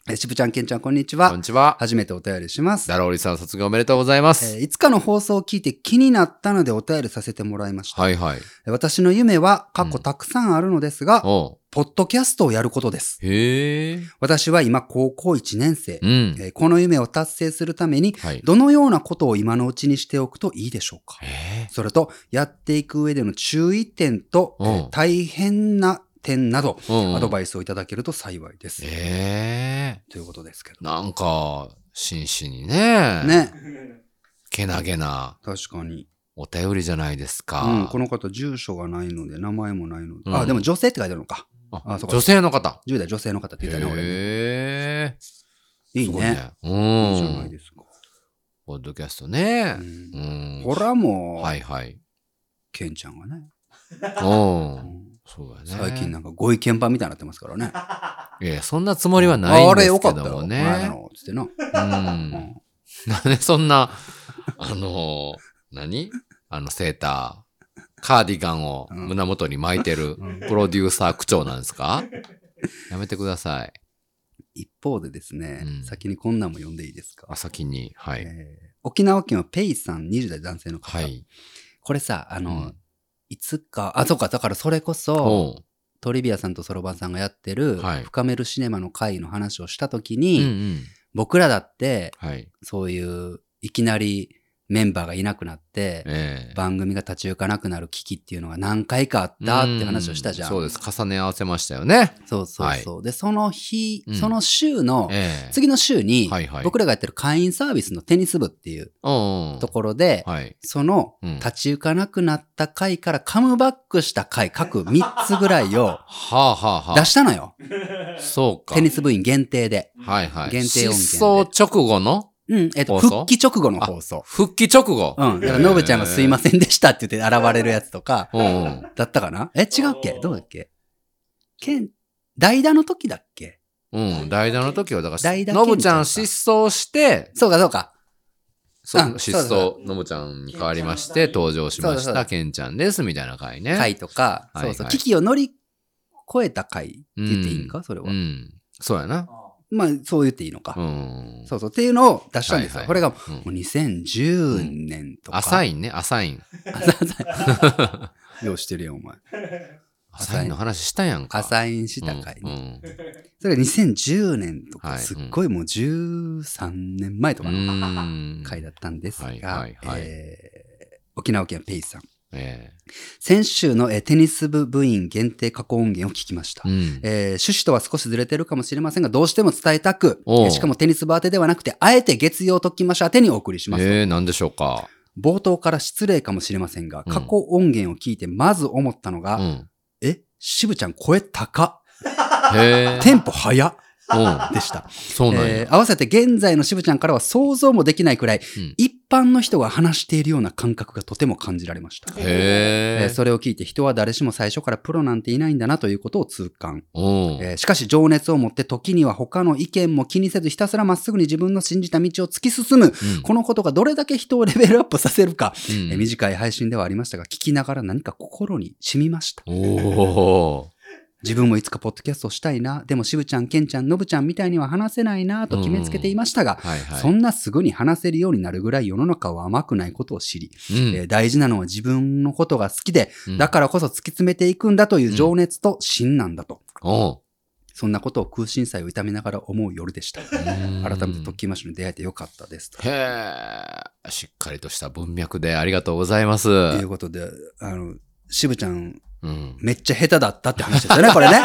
S1: えー、しぶちゃん、けんちゃん、こんにち
S2: こん
S1: は。
S2: にちは。
S1: 初めてお便りします。
S2: ダローリさん卒業おめでとうございま
S1: え
S2: す。
S1: ーいつかの放送を聞いて気になったのでお便りさせてもらいました。
S2: はいはい。
S1: 私の夢は過去たくさんあるのですが、
S2: お
S1: ポッドキャストをやることです。
S2: へえ。
S1: 私は今高校1年生
S2: う。ん。
S1: えーこの夢を達成するために、
S2: はい。
S1: どのようなことを今のうちにしておくといいでしょうか
S2: え
S1: それと、やっていく上での注意点と、え
S2: うん
S1: ー大変な点など、
S2: ーうん
S1: アドバイスをいただけると幸いです。
S2: ええ
S1: ということですけど。
S2: なんか、真摯にね。。
S1: ね、
S3: <laughs>
S2: けなげな
S1: 確かに。
S2: お便りじゃないですか。
S1: うん、この方、住所がないので、名前もないので。
S2: うん
S1: あ、でも女性って書いてあるのか。あ
S2: あ
S1: そうか
S2: 女性の方。
S1: 10代女性の方って言ったよね、俺。
S2: へえ。
S1: いい
S2: すご
S1: ね。。いいじゃな
S2: う
S1: い
S2: ん。
S1: ですか。
S2: ポッドキャストね
S1: う。ん
S2: うん。
S1: ほらもう、
S2: は
S1: <laughs>
S2: いはい。
S1: ケンちゃんがね、
S2: う。
S1: うんん
S2: そうだね。
S1: 最近なんかご意見番みたいになってますからね。
S2: いや、そんなつもりはないん
S1: あれ
S2: です
S1: よか
S2: け
S1: った
S2: ど
S1: よ
S2: も
S1: ね。前
S2: ね。
S1: のつってな。
S2: うん。なんでそんな、あのー何あのセーター、カーディガンを
S1: うん
S2: 胸元に巻いてる
S1: うん
S2: プロデューサー区長なんですかやめてください。
S1: 一方でですね、
S2: うん
S1: 先にこんなんも読んでいいですか、
S2: あ、先に。は
S1: え
S2: い。
S1: ー沖縄県はペイさん20代男性の方、
S2: はい。
S1: これさあの、
S2: うん
S1: いつかあそうかだからそれこそ
S2: おう。
S1: トリビアさんとそろばんさんがやってる「
S2: はい
S1: 深めるシネマ」の回の話をした時
S2: うん
S1: に、
S2: うん。
S1: 僕らだって
S2: はい。
S1: そういういきなりメンバーがいなくなって、
S2: ええ。
S1: 番組が立ち行かなくなる危機っていうのが何回かあったって話をしたじゃん。
S2: うそうです。重ね合わせましたよね。
S1: そうそうそう。で、その日、
S2: うん
S1: その週の、
S2: ええ。
S1: 次の週に、
S2: はいはい
S1: 僕らがやってる会員サービスのテニス部っていう
S2: おうおう
S1: ところで、
S2: はい。
S1: その
S2: うん
S1: 立ち行かなくなった回からカムバックした回各3つぐらいを
S2: はあはあはあ。
S1: 出したのよ。
S2: そうか。
S1: テニス部員限定で。
S2: はいはい。
S1: 限定音源で
S2: 失踪直後の
S1: うん、えっと、
S2: 放送
S1: 復帰直後の放送。
S2: 復帰直後。
S1: うん。だから、のぶちゃんがすいませんでしたって言って現れるやつとか、
S2: せん。うんうん。
S1: だったかなえ、違うっけどうだっけけん、代打の時だっけ
S2: うん、代打の時は、だか
S1: 代打ケンちゃ
S2: ら、の
S1: んか
S2: ぶちゃん失踪して、
S1: そうか、そうか。
S2: そ
S1: あ
S2: 失
S1: そ
S2: 踪、のぶちゃんに変わりまして、登場しま
S1: そうだそ
S2: し
S1: うだ
S2: た、けんちゃんです、みたいな回ね。
S1: 回とか、そ
S2: はいは
S1: う
S2: い
S1: そう、危機を乗り越えた回って言っていいんか、それは
S2: う。ん。そうやな。
S1: まあ、そう言っていいのか。
S2: うん。
S1: そうそう。っていうのを出したんですよ。
S2: はいはい
S1: これが、も
S2: うん
S1: う2010年とか。
S2: 浅
S1: <laughs> い。
S2: いんね、浅いん。
S1: ようしてるよ、お前。
S2: 浅いんの話したやんか。
S1: 浅いんし
S2: い
S1: た回ね、
S2: うん。
S1: それが2010年とか、
S2: はい
S1: すっごいもう13年前と
S2: う
S1: かの
S2: ん。
S1: 回だったんですが、
S2: はいはいはい
S1: えー沖縄県ペイさん。
S2: え
S1: 先週の、えーテニス部部員限定過去音源を聞きました
S2: え。う。ん。
S1: えー趣旨とは少しずれてるかもしれませんが、どうしても伝えたく、え
S2: おう
S1: ーしかもテニス部宛てではなくて、あえて月曜特勤マッシュ宛てにお送りします。
S2: ええ、なんでしょうか。
S1: 冒頭から失礼かもしれませんが、
S2: うん
S1: 過去音源を聞いてまず思ったの
S2: う
S1: が、
S2: ん。
S1: え、しぶちゃん声高っ
S2: へえ。
S1: テンポ早っ
S2: うん。
S1: でした。
S2: <laughs> そうなんや。
S1: えー合わせて現在の渋ちゃんからは想像もできないくらい、
S2: うん
S1: 一般の人が話しているような感覚がとても感じられました。
S3: ー
S1: えー
S2: へえ。
S1: それを聞いて人は誰しも最初からプロなんていないんだなということを痛感、
S2: うん。
S1: えーしかし情熱を持って時には他の意見も気にせずひたすらまっすぐに自分の信じた道を突き進む
S2: うん
S1: このことがどれだけ人をレベルアップさせるか、
S2: うん
S1: えー短い配信ではありましたが聞きながら何か心に染みました
S2: おー
S1: 自分もいつかポッドキャストをしたいなでも渋ちゃんケンちゃんノブちゃんみたいには話せないなと決めつけていましたが、
S2: はいはい。
S1: そんなすぐに話せるようになるぐらい世の中は甘くないことを知り、
S2: うん
S1: えー大事なのは自分のことが好きで、
S2: うん
S1: だからこそ突き詰めていくんだという情熱と芯なんだと。
S2: おう
S1: そんなことを空心菜を痛めながら思う夜でした。
S2: うん
S1: 改めてトッキーマッシュに出会えてよかったですと。
S2: へえ。しっかりとした文脈でありがとうございます。
S1: ということで、あの、渋ちゃん、
S2: うん。
S1: めっちゃ下手だったって話ですよね、これね。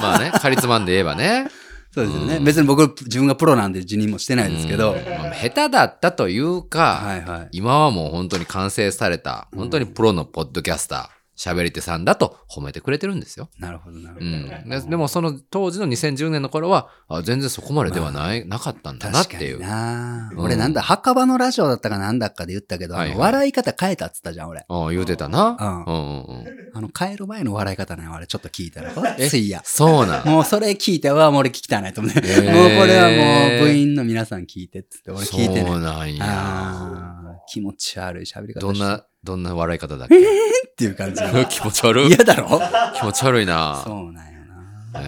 S2: まあね、カリスマンで言えばね。
S1: そうですよね。
S2: うん
S1: 別に僕、自分がプロなんで辞任もしてないですけど。
S2: う
S1: は
S2: んまあ下手だったというか、
S1: いはい。
S2: 今はもう本当に完成された、本当にプロのポッドキャスター、喋り手さんだと褒めてくれてるんですよ。
S1: なるほど、なるほ
S2: う
S1: ど。
S2: ん、ででもその当時の2010年の頃は、あ全然そこまでではない、なかったんだなっ
S1: 確か
S2: てい
S1: に
S2: う。
S1: な、
S2: うん
S1: 俺なんだ、墓場のラジオだったかなんだかで言ったけど、
S2: はいはい
S1: あの笑い方変えたっつったじゃん、俺。
S2: あ言うてたな。
S1: うん
S2: うんうんうん、
S1: あの、変える前の笑い方ね、あれちょっと聞いたら、
S2: え
S1: ついや。
S2: そ
S1: <laughs>
S2: うなん。
S1: もうそれ聞いては、もう俺聞きたないと思って。もう
S2: へー
S1: これはもう部員の皆さん聞いてっつって、俺聞いて
S2: そ
S1: な
S2: う
S1: い。
S2: なんや。
S1: あー気持ち悪い喋り方して
S2: どん
S1: っ
S2: な、どんな笑い方だっけ
S1: ていう感じ。
S2: <laughs> 気持ち悪い
S1: 嫌。だろ
S2: 気持ち悪いな。
S1: そうなんよな。
S2: へ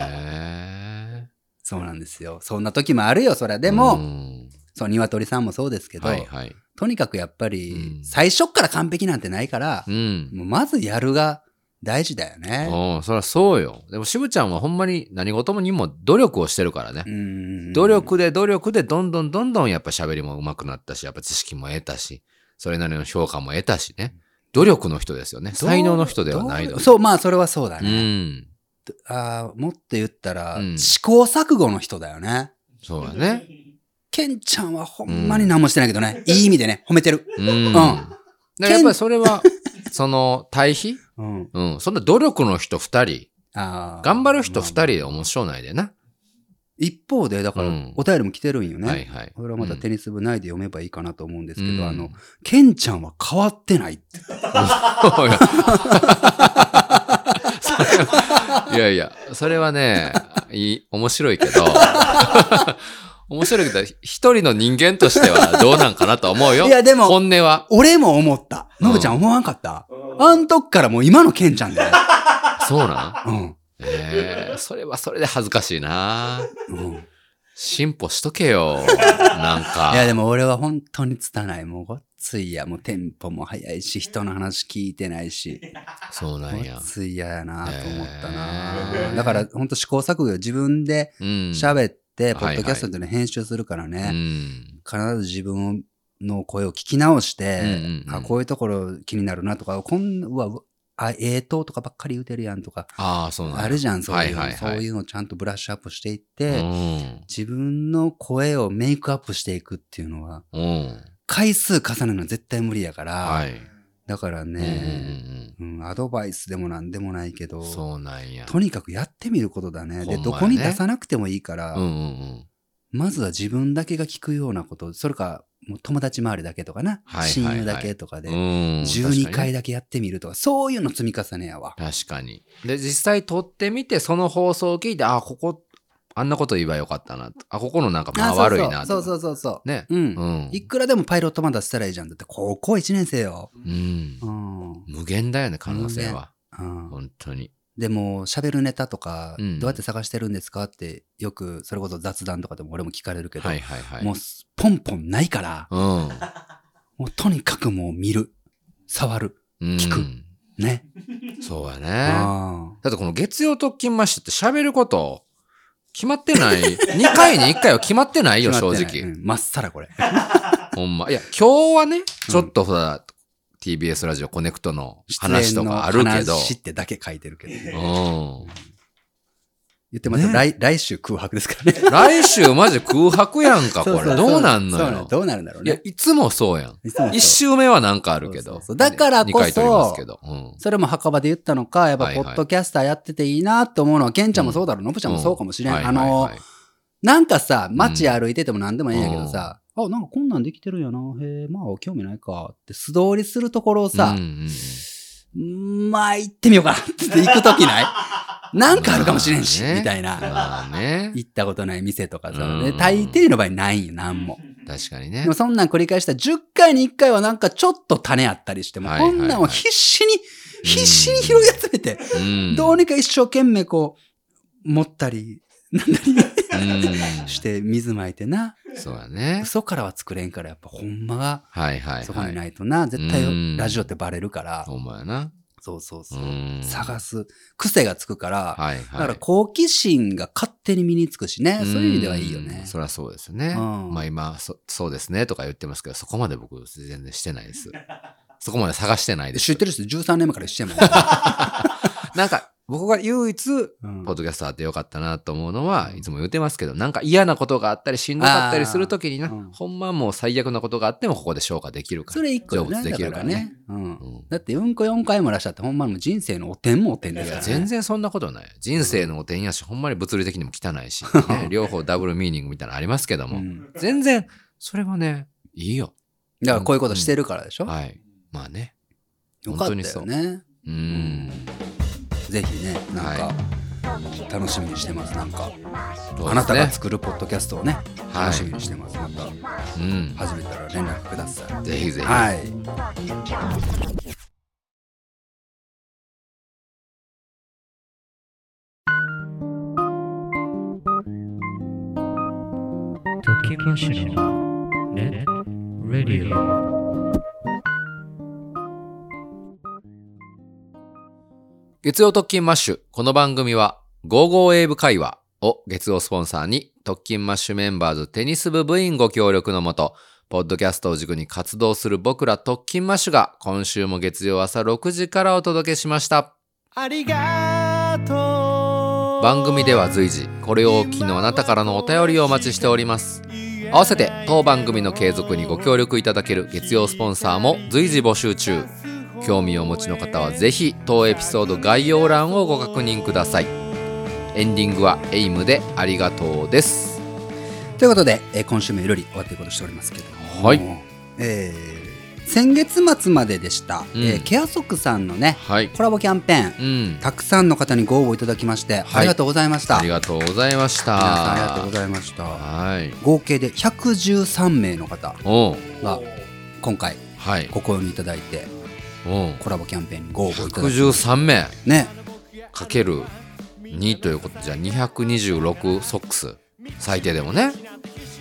S2: え
S1: そうなんですよ。そんな時もあるよ、そりゃ。でも、
S2: うん
S1: そう、鶏さんもそうですけど、
S2: はいはい。
S1: とにかくやっぱ
S2: う
S1: り、
S2: ん
S1: 最初っから完璧なんてないから
S2: う、ん。
S1: もうまずやるが大事だよね。
S2: うん、そりゃそうよ。でも、渋ちゃんはほんまに何事もにも努力をしてるからね
S1: う。ん
S2: 努力で努力でどんどんどんどんやっぱ喋りも上手くなったし、やっぱ知識も得たし、それなりの評価も得たしね。努力の人ですよね。才能の人ではない
S1: ど
S2: の
S1: う。そう、まあそれはそうだ
S2: う
S1: ね。
S2: ん。
S1: あーもっと言ったら、
S2: うん
S1: 試行錯誤の人だよね。
S2: そうだね。。
S1: ケンちゃんはほんまに何もしてないけど
S2: <laughs>
S1: ね。いい意味でね、褒めてる。
S2: うん。うん、
S1: ん
S2: だからやっぱりそ
S1: <laughs>
S2: れは、その対比
S1: うん。
S2: うん。そんな努力の人二人、
S1: あー
S2: 頑張る人二人
S1: まあ
S2: で面白ないでな。
S1: 一方で、だから
S2: うん、
S1: お便りも来てるんよね。
S2: はいはい。
S1: これはまたテニス部内で読めばいいかなと思うんですけど、
S2: うん
S1: あの、ケンちゃんは変わってないって。
S2: おいいやいや、それはね、いい、面白いけど、面白いけど、一人の人間としてはどうなんかなと思うよ。
S1: いやでも
S2: 本音は。
S1: 俺も思った。ノブちゃん思わんかった、あん時からもう今のケンちゃん
S2: <laughs>
S1: だよ。
S2: そうなん
S1: うん。
S2: ええそれはそれで恥ずかしいな
S1: うん
S2: 進歩しとけよ。なんか。
S1: いやでも俺は本当に拙い。もうごっついや。もうテンポも速いし、人の話聞いてないし、
S2: そう
S1: ご
S2: なんや
S1: っ。ついややなと思った
S2: へ
S1: な。
S2: ー
S1: だから本当試行錯誤よ自分で
S2: うん。
S1: 喋って、
S2: ん
S1: ポッドキャストっていうのは編集するからね、
S2: うん。
S1: 必ず自分の声を聞き直して、
S2: うんうんうん
S1: あ、こういうところ気になるなとか、こんうわ、うわあ、ええととかばっかり言うてるやんとか、
S2: ああ、そうなんや
S1: あるじゃん、そういうの、
S2: はいはい
S1: そ
S2: は
S1: う
S2: い。
S1: いうのをちゃんとブラッシュアップしていって、
S2: うん。
S1: 自分の声をメイクアップしていくっていうのは、
S2: うん。
S1: 回数重ねるのは絶対無理やから、
S2: はい。
S1: だから
S2: うんうんうん
S1: ね、うんアドバイスでもなんでもないけ
S2: う
S1: ど
S2: ん。、そうなんや。
S1: とにかくやってみることだね。
S2: ほん
S1: で、
S2: まやね
S1: どこに出さなくてもいいから、
S2: うんうんうん。
S1: まずは自分だけが聞くようなこと、それか、もう友達周りだけとかな、
S2: はいはいはい
S1: 親友だけとかで、
S2: うん
S1: 12回だけやってみるとか、そういうの積み重ねやわ。
S2: 確かに。で、実際撮ってみて、その放送を聞いて、あ、ここ、あんなこと言えばよかったなと。あ、ここのなんか間
S1: あ
S2: 悪いな。
S1: そうそううそうそうそう。
S2: ね。
S1: うん。
S2: うん。
S1: いくらでもパイロットまだしたらいいじゃん。だって高校1年生よ。
S2: うん
S1: う。ん。うん。
S2: 無限だよね、可能性は。本当に。
S1: でも喋るネタとか、
S2: うん
S1: どうやって探してるんですかってよくそれこそ雑談とかでも俺も聞かれるけど、
S2: はいはいはい。
S1: もうすポンポンないから、
S2: う
S1: もうとにかくもう見る触る
S2: ん。
S1: 聞く
S2: く。
S1: ね、
S2: そうやね。
S1: あ
S2: だ
S1: あ
S2: ってこの月曜特勤マッシュって喋ること、決まってない。2回に1回は決まってないよ、
S1: 決ま
S2: 正
S1: ってない
S2: 直。
S1: うんまっさらこれ
S2: ほんま。いや、今日はね、ちょっとさ、TBS ラジオコネクトの <laughs> 話とかあるけ
S1: 出演
S2: ど
S1: の。話ってだけ書いてるけど言
S2: うん。
S1: ってますよ、
S2: ね
S1: 来来週空白ですからね
S2: 来週マジ空白やんか、
S1: <laughs>
S2: こ
S1: そそ
S2: れ。
S1: そ
S2: どうなんの
S1: そうな
S2: よ。
S1: どうなるんだろう
S2: いや
S1: ね、
S2: いつもそうやん。
S1: いつもそう
S2: 一周目はなんかあるけど。
S1: そうそうそうだからこそ
S2: 二回撮りますけど。うん。
S1: それも墓場で言ったのかやっぱ
S2: はい
S1: ポ
S2: はい
S1: ッドキャスターやってていいなと思うのは、ケンちゃんもそうだろうノブちゃんもそうかもしれん、
S2: はい
S1: あの
S2: はいはい
S1: なんかさ、街歩いてても何でもええんやけどさ、あ、なんかこんなんできてるんやな。へえ、まあ興味ないか。って素通りするところをさ
S2: うん、うん
S1: うんまあ行ってみようかな。つって行くとき <laughs>
S3: <laughs>
S1: ないなんかあるかもしれんし、
S2: まあね
S1: みたいな。
S2: まあね。
S1: 行ったことない店とかさ、
S2: うん
S1: で大抵の場合ないんよ、なんも。
S2: 確かに
S1: で
S2: ね
S1: も。そんなん繰り返したら10回に1回はなんかちょっと種あったりしても、
S2: はいはいはい
S1: こんなんを必死に、必死に拾い集めて、
S2: うん
S1: どうにか一生懸命こう、持ったり、なんだり
S2: うん
S1: して水まいてな。
S2: そうだね。
S1: 嘘からは作れんから、やっぱほんまが
S2: はいはい
S1: そこ
S2: は
S1: に
S2: い。
S1: ないとな。絶対
S2: うん
S1: ラジオってバレるから。
S2: ほんまやな。
S1: そうそうそうう。
S2: ん。
S1: 探す癖がつくから、
S2: はい
S1: だ
S2: は
S1: か
S2: い。
S1: ら好奇心が勝手に身につくしね。そううんいう意味ではいいよね。
S2: そりゃそうですね。
S1: うん
S2: まあ今そ、そうですねとか言ってますけど、そこまで僕全然してないです。 <laughs> そこまで探してないです。
S1: 知ってる人13年目から一緒やもん。
S2: なんか、僕が唯一、
S1: うん
S2: <laughs> ポッドキャストあってよかったなと思うのは、いつも言ってますけど、なんか嫌なことがあったり、しんどかったりするときにな、
S1: あーうん
S2: ほんまもう最悪なことがあっても、ここで消化できるか
S1: そ
S2: ら。
S1: れ一個よね
S2: 成仏できるからね
S1: だからねうん
S2: うん
S1: だってうんこ4回もらしたってほんまにもう人生のお点もお点で
S2: い
S1: すか
S2: や
S1: らね。
S2: 全然そんなことない。人生のお点やし、ほんまに物理的にも汚
S1: <laughs>
S2: いし、ね両方ダブルミーニングみたいなのありますけども、
S1: うん
S2: 全然、それはね、いいよ。
S1: だからこういうことしてるからでしょ。
S2: はい。まあね。
S1: よかった
S2: 本当にそ
S1: よ
S2: う
S1: ね。
S2: うん。
S1: ぜひね、なんか、楽しみにしてます。なんか、
S2: そうですね
S1: あなたが作るポッドキャストをね、
S2: はい
S1: 楽しみにしてます。また、
S2: うん。
S1: 始めたら連絡くださ
S2: ぜひぜ
S1: い。
S2: ひ。
S1: はい。
S4: 時マシュのネットレディオ
S2: 月曜特勤マッシュ。この番組は、55エイブ会話を月曜スポンサーに、特勤マッシュメンバーズテニス部部員ご協力のもと、ポッドキャストを軸に活動する僕ら特勤マッシュが、今週も月曜朝6時からお届けしました。
S5: ありがとう
S2: 番組では随時、これをお聞きのあなたからのお便りをお待ちしております。合わせて、当番組の継続にご協力いただける月曜スポンサーも随時募集中。興味をお持ちの方はぜひ当エピソード概要欄をご確認くださいエンディングはエイムでありがとうです
S1: ということで、えー今週もいろり終わっていこうとしておりますけども、
S2: はい
S1: えー先月末まででした、
S2: うん
S1: えーケアソクさんのね、
S2: はい
S1: コラボキャンペーン、
S2: うん
S1: たくさんの方にご応募いただきまして、
S2: はい
S1: ありがとうございました。
S2: ありがとうございました
S1: 皆さんありがとうございました。
S2: はい
S1: 合計で113名の方
S2: おう
S1: が今回
S2: はい
S1: ご購入いただいて
S2: おう
S1: コラボキャンペーンにご応募いただきまし
S2: 113名
S1: たね。
S2: かける2ということじゃあ226ソックス最低でもね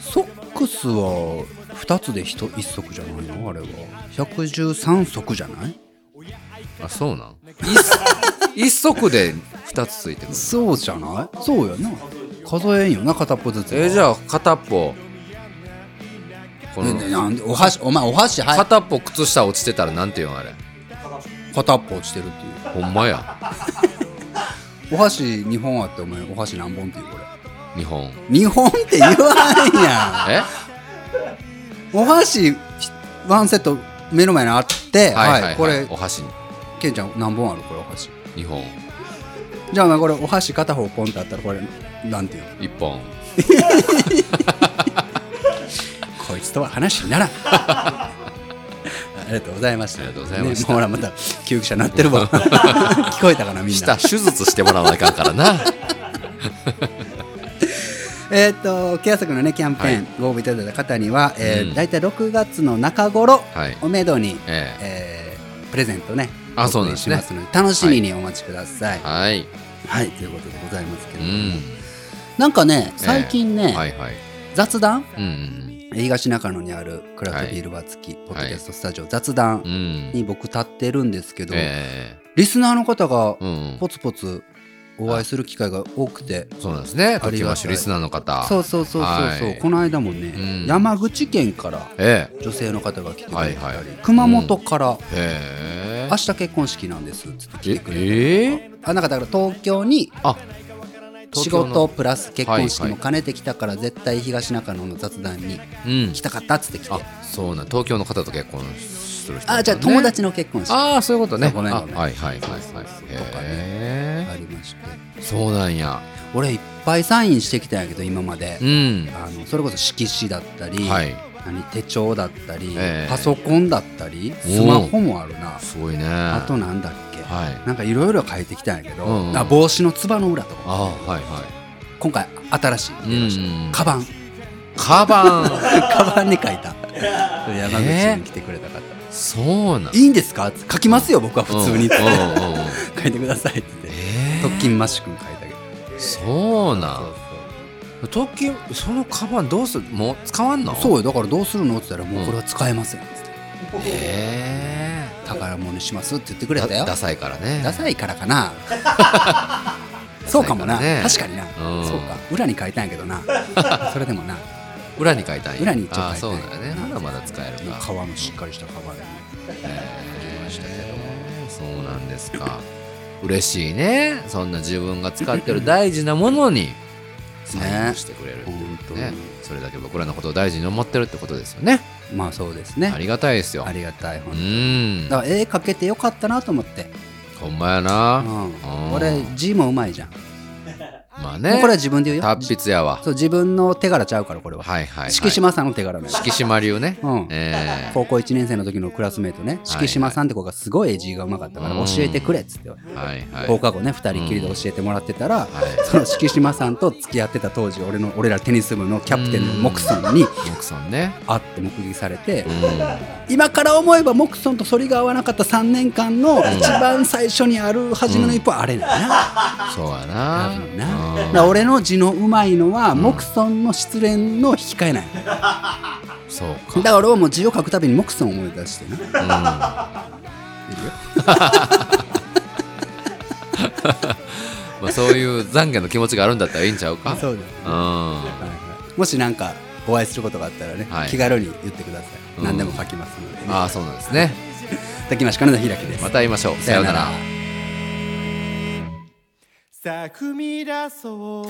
S1: ソックスは2つで 1, 一足じゃないのあれは。113足じゃない
S2: あそうなん一一足で2つついてくる
S1: そうじゃないそうやな。数えんよな、片っぽずつ。
S2: えーじ
S1: あ。
S2: ゃあ片っぽこの
S1: なんでお箸、お前お箸、はい。
S2: 片っぽ靴下落ちてたらなんて言うんあれ
S1: 片っぽ落ちてるってい
S2: ほんまや
S1: う。お箸2本あって、お前お箸何本っていうこれ。
S2: 日本
S1: 2本って言わん <laughs> やん。
S2: え
S1: お箸ワンセット目の前にあって、
S2: は
S1: はい
S2: いはい、はい、
S1: これ
S2: お箸に
S1: ケンちゃん何本あるこれお箸
S2: 日本
S1: じゃあお前これお箸片方ポンってあったらこれなんていうの
S2: 一本
S1: こいつとは話にならん <laughs> ありがとうございました
S2: ありがとうございました
S1: ね、ほらまた救急車鳴ってる
S2: <laughs>
S1: わ聞こえたかなみん
S2: した
S1: な
S2: 手術してもらわなあか
S1: <laughs>
S2: んからな
S1: えーっ、とケアソクのねキャンペーン、ご応募いただいた方には、えー
S2: うん
S1: 大体6月の中頃
S2: はい
S1: おめどに、
S2: ええ
S1: えープレゼントね
S2: あそうなんですね
S1: お送りしますので楽しみにお待ちくださいはい、
S2: はい
S1: ということでございますけ
S2: う
S1: れども、
S2: ん
S1: なんかね、最近ね、
S2: はいはい
S1: 雑談
S2: うんうん
S1: 東中野にあるクラフトビールバー付き、ポッドキャストスタジオ、雑談
S2: うんうん
S1: に僕立ってるんですけど、
S2: え
S1: リスナーの方が
S2: えうん
S1: ポツポツお会いする機会が多くて、
S2: そうなんですね
S1: がたい
S2: 時マッシュリスナーの方
S1: そううそうそうそうそう、
S2: はい
S1: この間もね、
S2: うん
S1: 山口県から
S2: ええ
S1: 女性の方が来てくれたり、
S2: はいはい
S1: 熊本から、
S2: へえ
S1: 明日結婚式なんですっつって来てくれたり
S2: ええ
S1: あなんかだから東京に
S2: あ
S1: 仕
S2: 東京の
S1: 事プラス結婚式も兼ねてきたから絶対東中野の雑談に
S2: うん
S1: 来たかったっつって来て、
S2: あそうなん東京の方と結婚する人
S1: あじゃあ
S2: ね
S1: 友達の結婚式
S2: ああそういうことね
S1: そうごめん
S2: あ
S1: ごめん
S2: はいはいはい
S1: そう
S2: は
S1: そう
S2: い
S1: そうとかね
S2: へえ
S1: ありまして
S2: そうなんや。
S1: 俺いっぱいサインしてきたんやけど今まで
S2: う、ん。
S1: あのそれこそ色紙だったり、
S2: はい。
S1: 何手帳だったり、
S2: ええ
S1: パソコンだったり
S2: お
S1: スマホもあるな
S2: すごいね。
S1: あ
S2: は
S1: となんだっけ、
S2: い。あ
S1: なんかいろいろ書いてきたんやけど、
S2: うんうん
S1: あ帽子のつばの裏とか
S2: あ、はいは
S1: 今回新しいの出ました、
S2: うんうん
S1: カバン <laughs>
S2: い。カバン。
S1: カバンに書いた山口に来てくれた方、
S2: そうなん。
S1: いいんですか書きますよ僕は普通に、
S2: うんうん
S1: <laughs>
S2: うんうん。
S1: 書いてくださいって言って
S2: ええ
S1: 特勤マッシュ君書いたけど
S2: そうなん。特勤、そのカバンどうするもう使わんの
S1: そう
S2: う。
S1: よだからどうするのって言ったらもううんこれは使えませんっつって
S2: え
S1: 宝物にしますって言ってく
S2: え
S1: れたよ
S2: ダサいからね。
S1: ダサ
S2: い。
S1: いからか
S2: <laughs>
S1: なそうかもな
S2: ダサいか
S1: 確か
S2: らね
S1: にな
S2: うん
S1: そうか裏に書いたんやけど
S2: <laughs>
S1: なそれでもなも
S2: 裏に書いたんや。
S1: 裏に一応書いたんや
S2: ああ、そうだよね。まだまだ使える
S1: う
S2: か。
S1: 皮のしっかりした皮で
S2: ましたけどそうなんですか嬉しいねそんな自分が使ってる大事なものにサインをしてくれるっていう
S1: 本当
S2: ね
S1: に
S2: それだけ僕らのことを大事に思ってるってことですよね
S1: まあそうです
S2: あ
S1: ね
S2: りがたいですよ
S1: ありがたいう本当に
S2: ん
S1: だから絵描けてよかったなと思って
S2: ほんまや
S1: う
S2: なんうん
S1: 俺字もうまいじゃん
S2: まあ
S1: もう
S2: ね
S1: これは自分で言うよ
S2: 達筆やわ
S1: そう自分の手柄ちゃうからこれは
S2: はいはいはい
S1: 敷島さんの手柄ね
S2: 敷島流ね
S1: うん
S2: え
S1: 高校1年生の時のクラスメイトね敷島さんって子がすごい字がうまかったから
S2: うん
S1: 教えてくれっつって言われて
S2: えはいはい
S1: 放課後ね2人きりで教えてもらってたら、
S2: はい
S1: その敷島さんと付き合ってた当時俺の俺らテニス部のキャプテンのモクソンに
S2: 奥さんね
S1: 会って目撃されて
S2: うん
S1: 今から思えばモクソンと反りが合わなかった3年間の一番最初にある初めの一歩はあれだな,、
S2: そうや
S1: 多
S2: な
S1: 分なだ
S2: うん
S1: から俺の字のうまいのは
S2: ん
S1: モクソンの失恋の引き換えないだか
S2: そうから
S1: 俺はもう字を書くたびにモクソンを思い出してな
S2: まあ、そういう懺悔の気持ちがあるんだったらいいんちゃうか。
S1: そうだ
S2: うん。は
S1: はいはいもしなんかお会いすることがあったらね、
S2: はい
S1: 気軽に言ってください、
S2: うん
S1: 何でも書きますので、ね、
S2: ああ、そうなんですね。
S1: 滝梨かなだひらきです
S2: また会いましょう。さような
S1: さような
S2: ら
S1: ら。
S5: さあ踏み出そう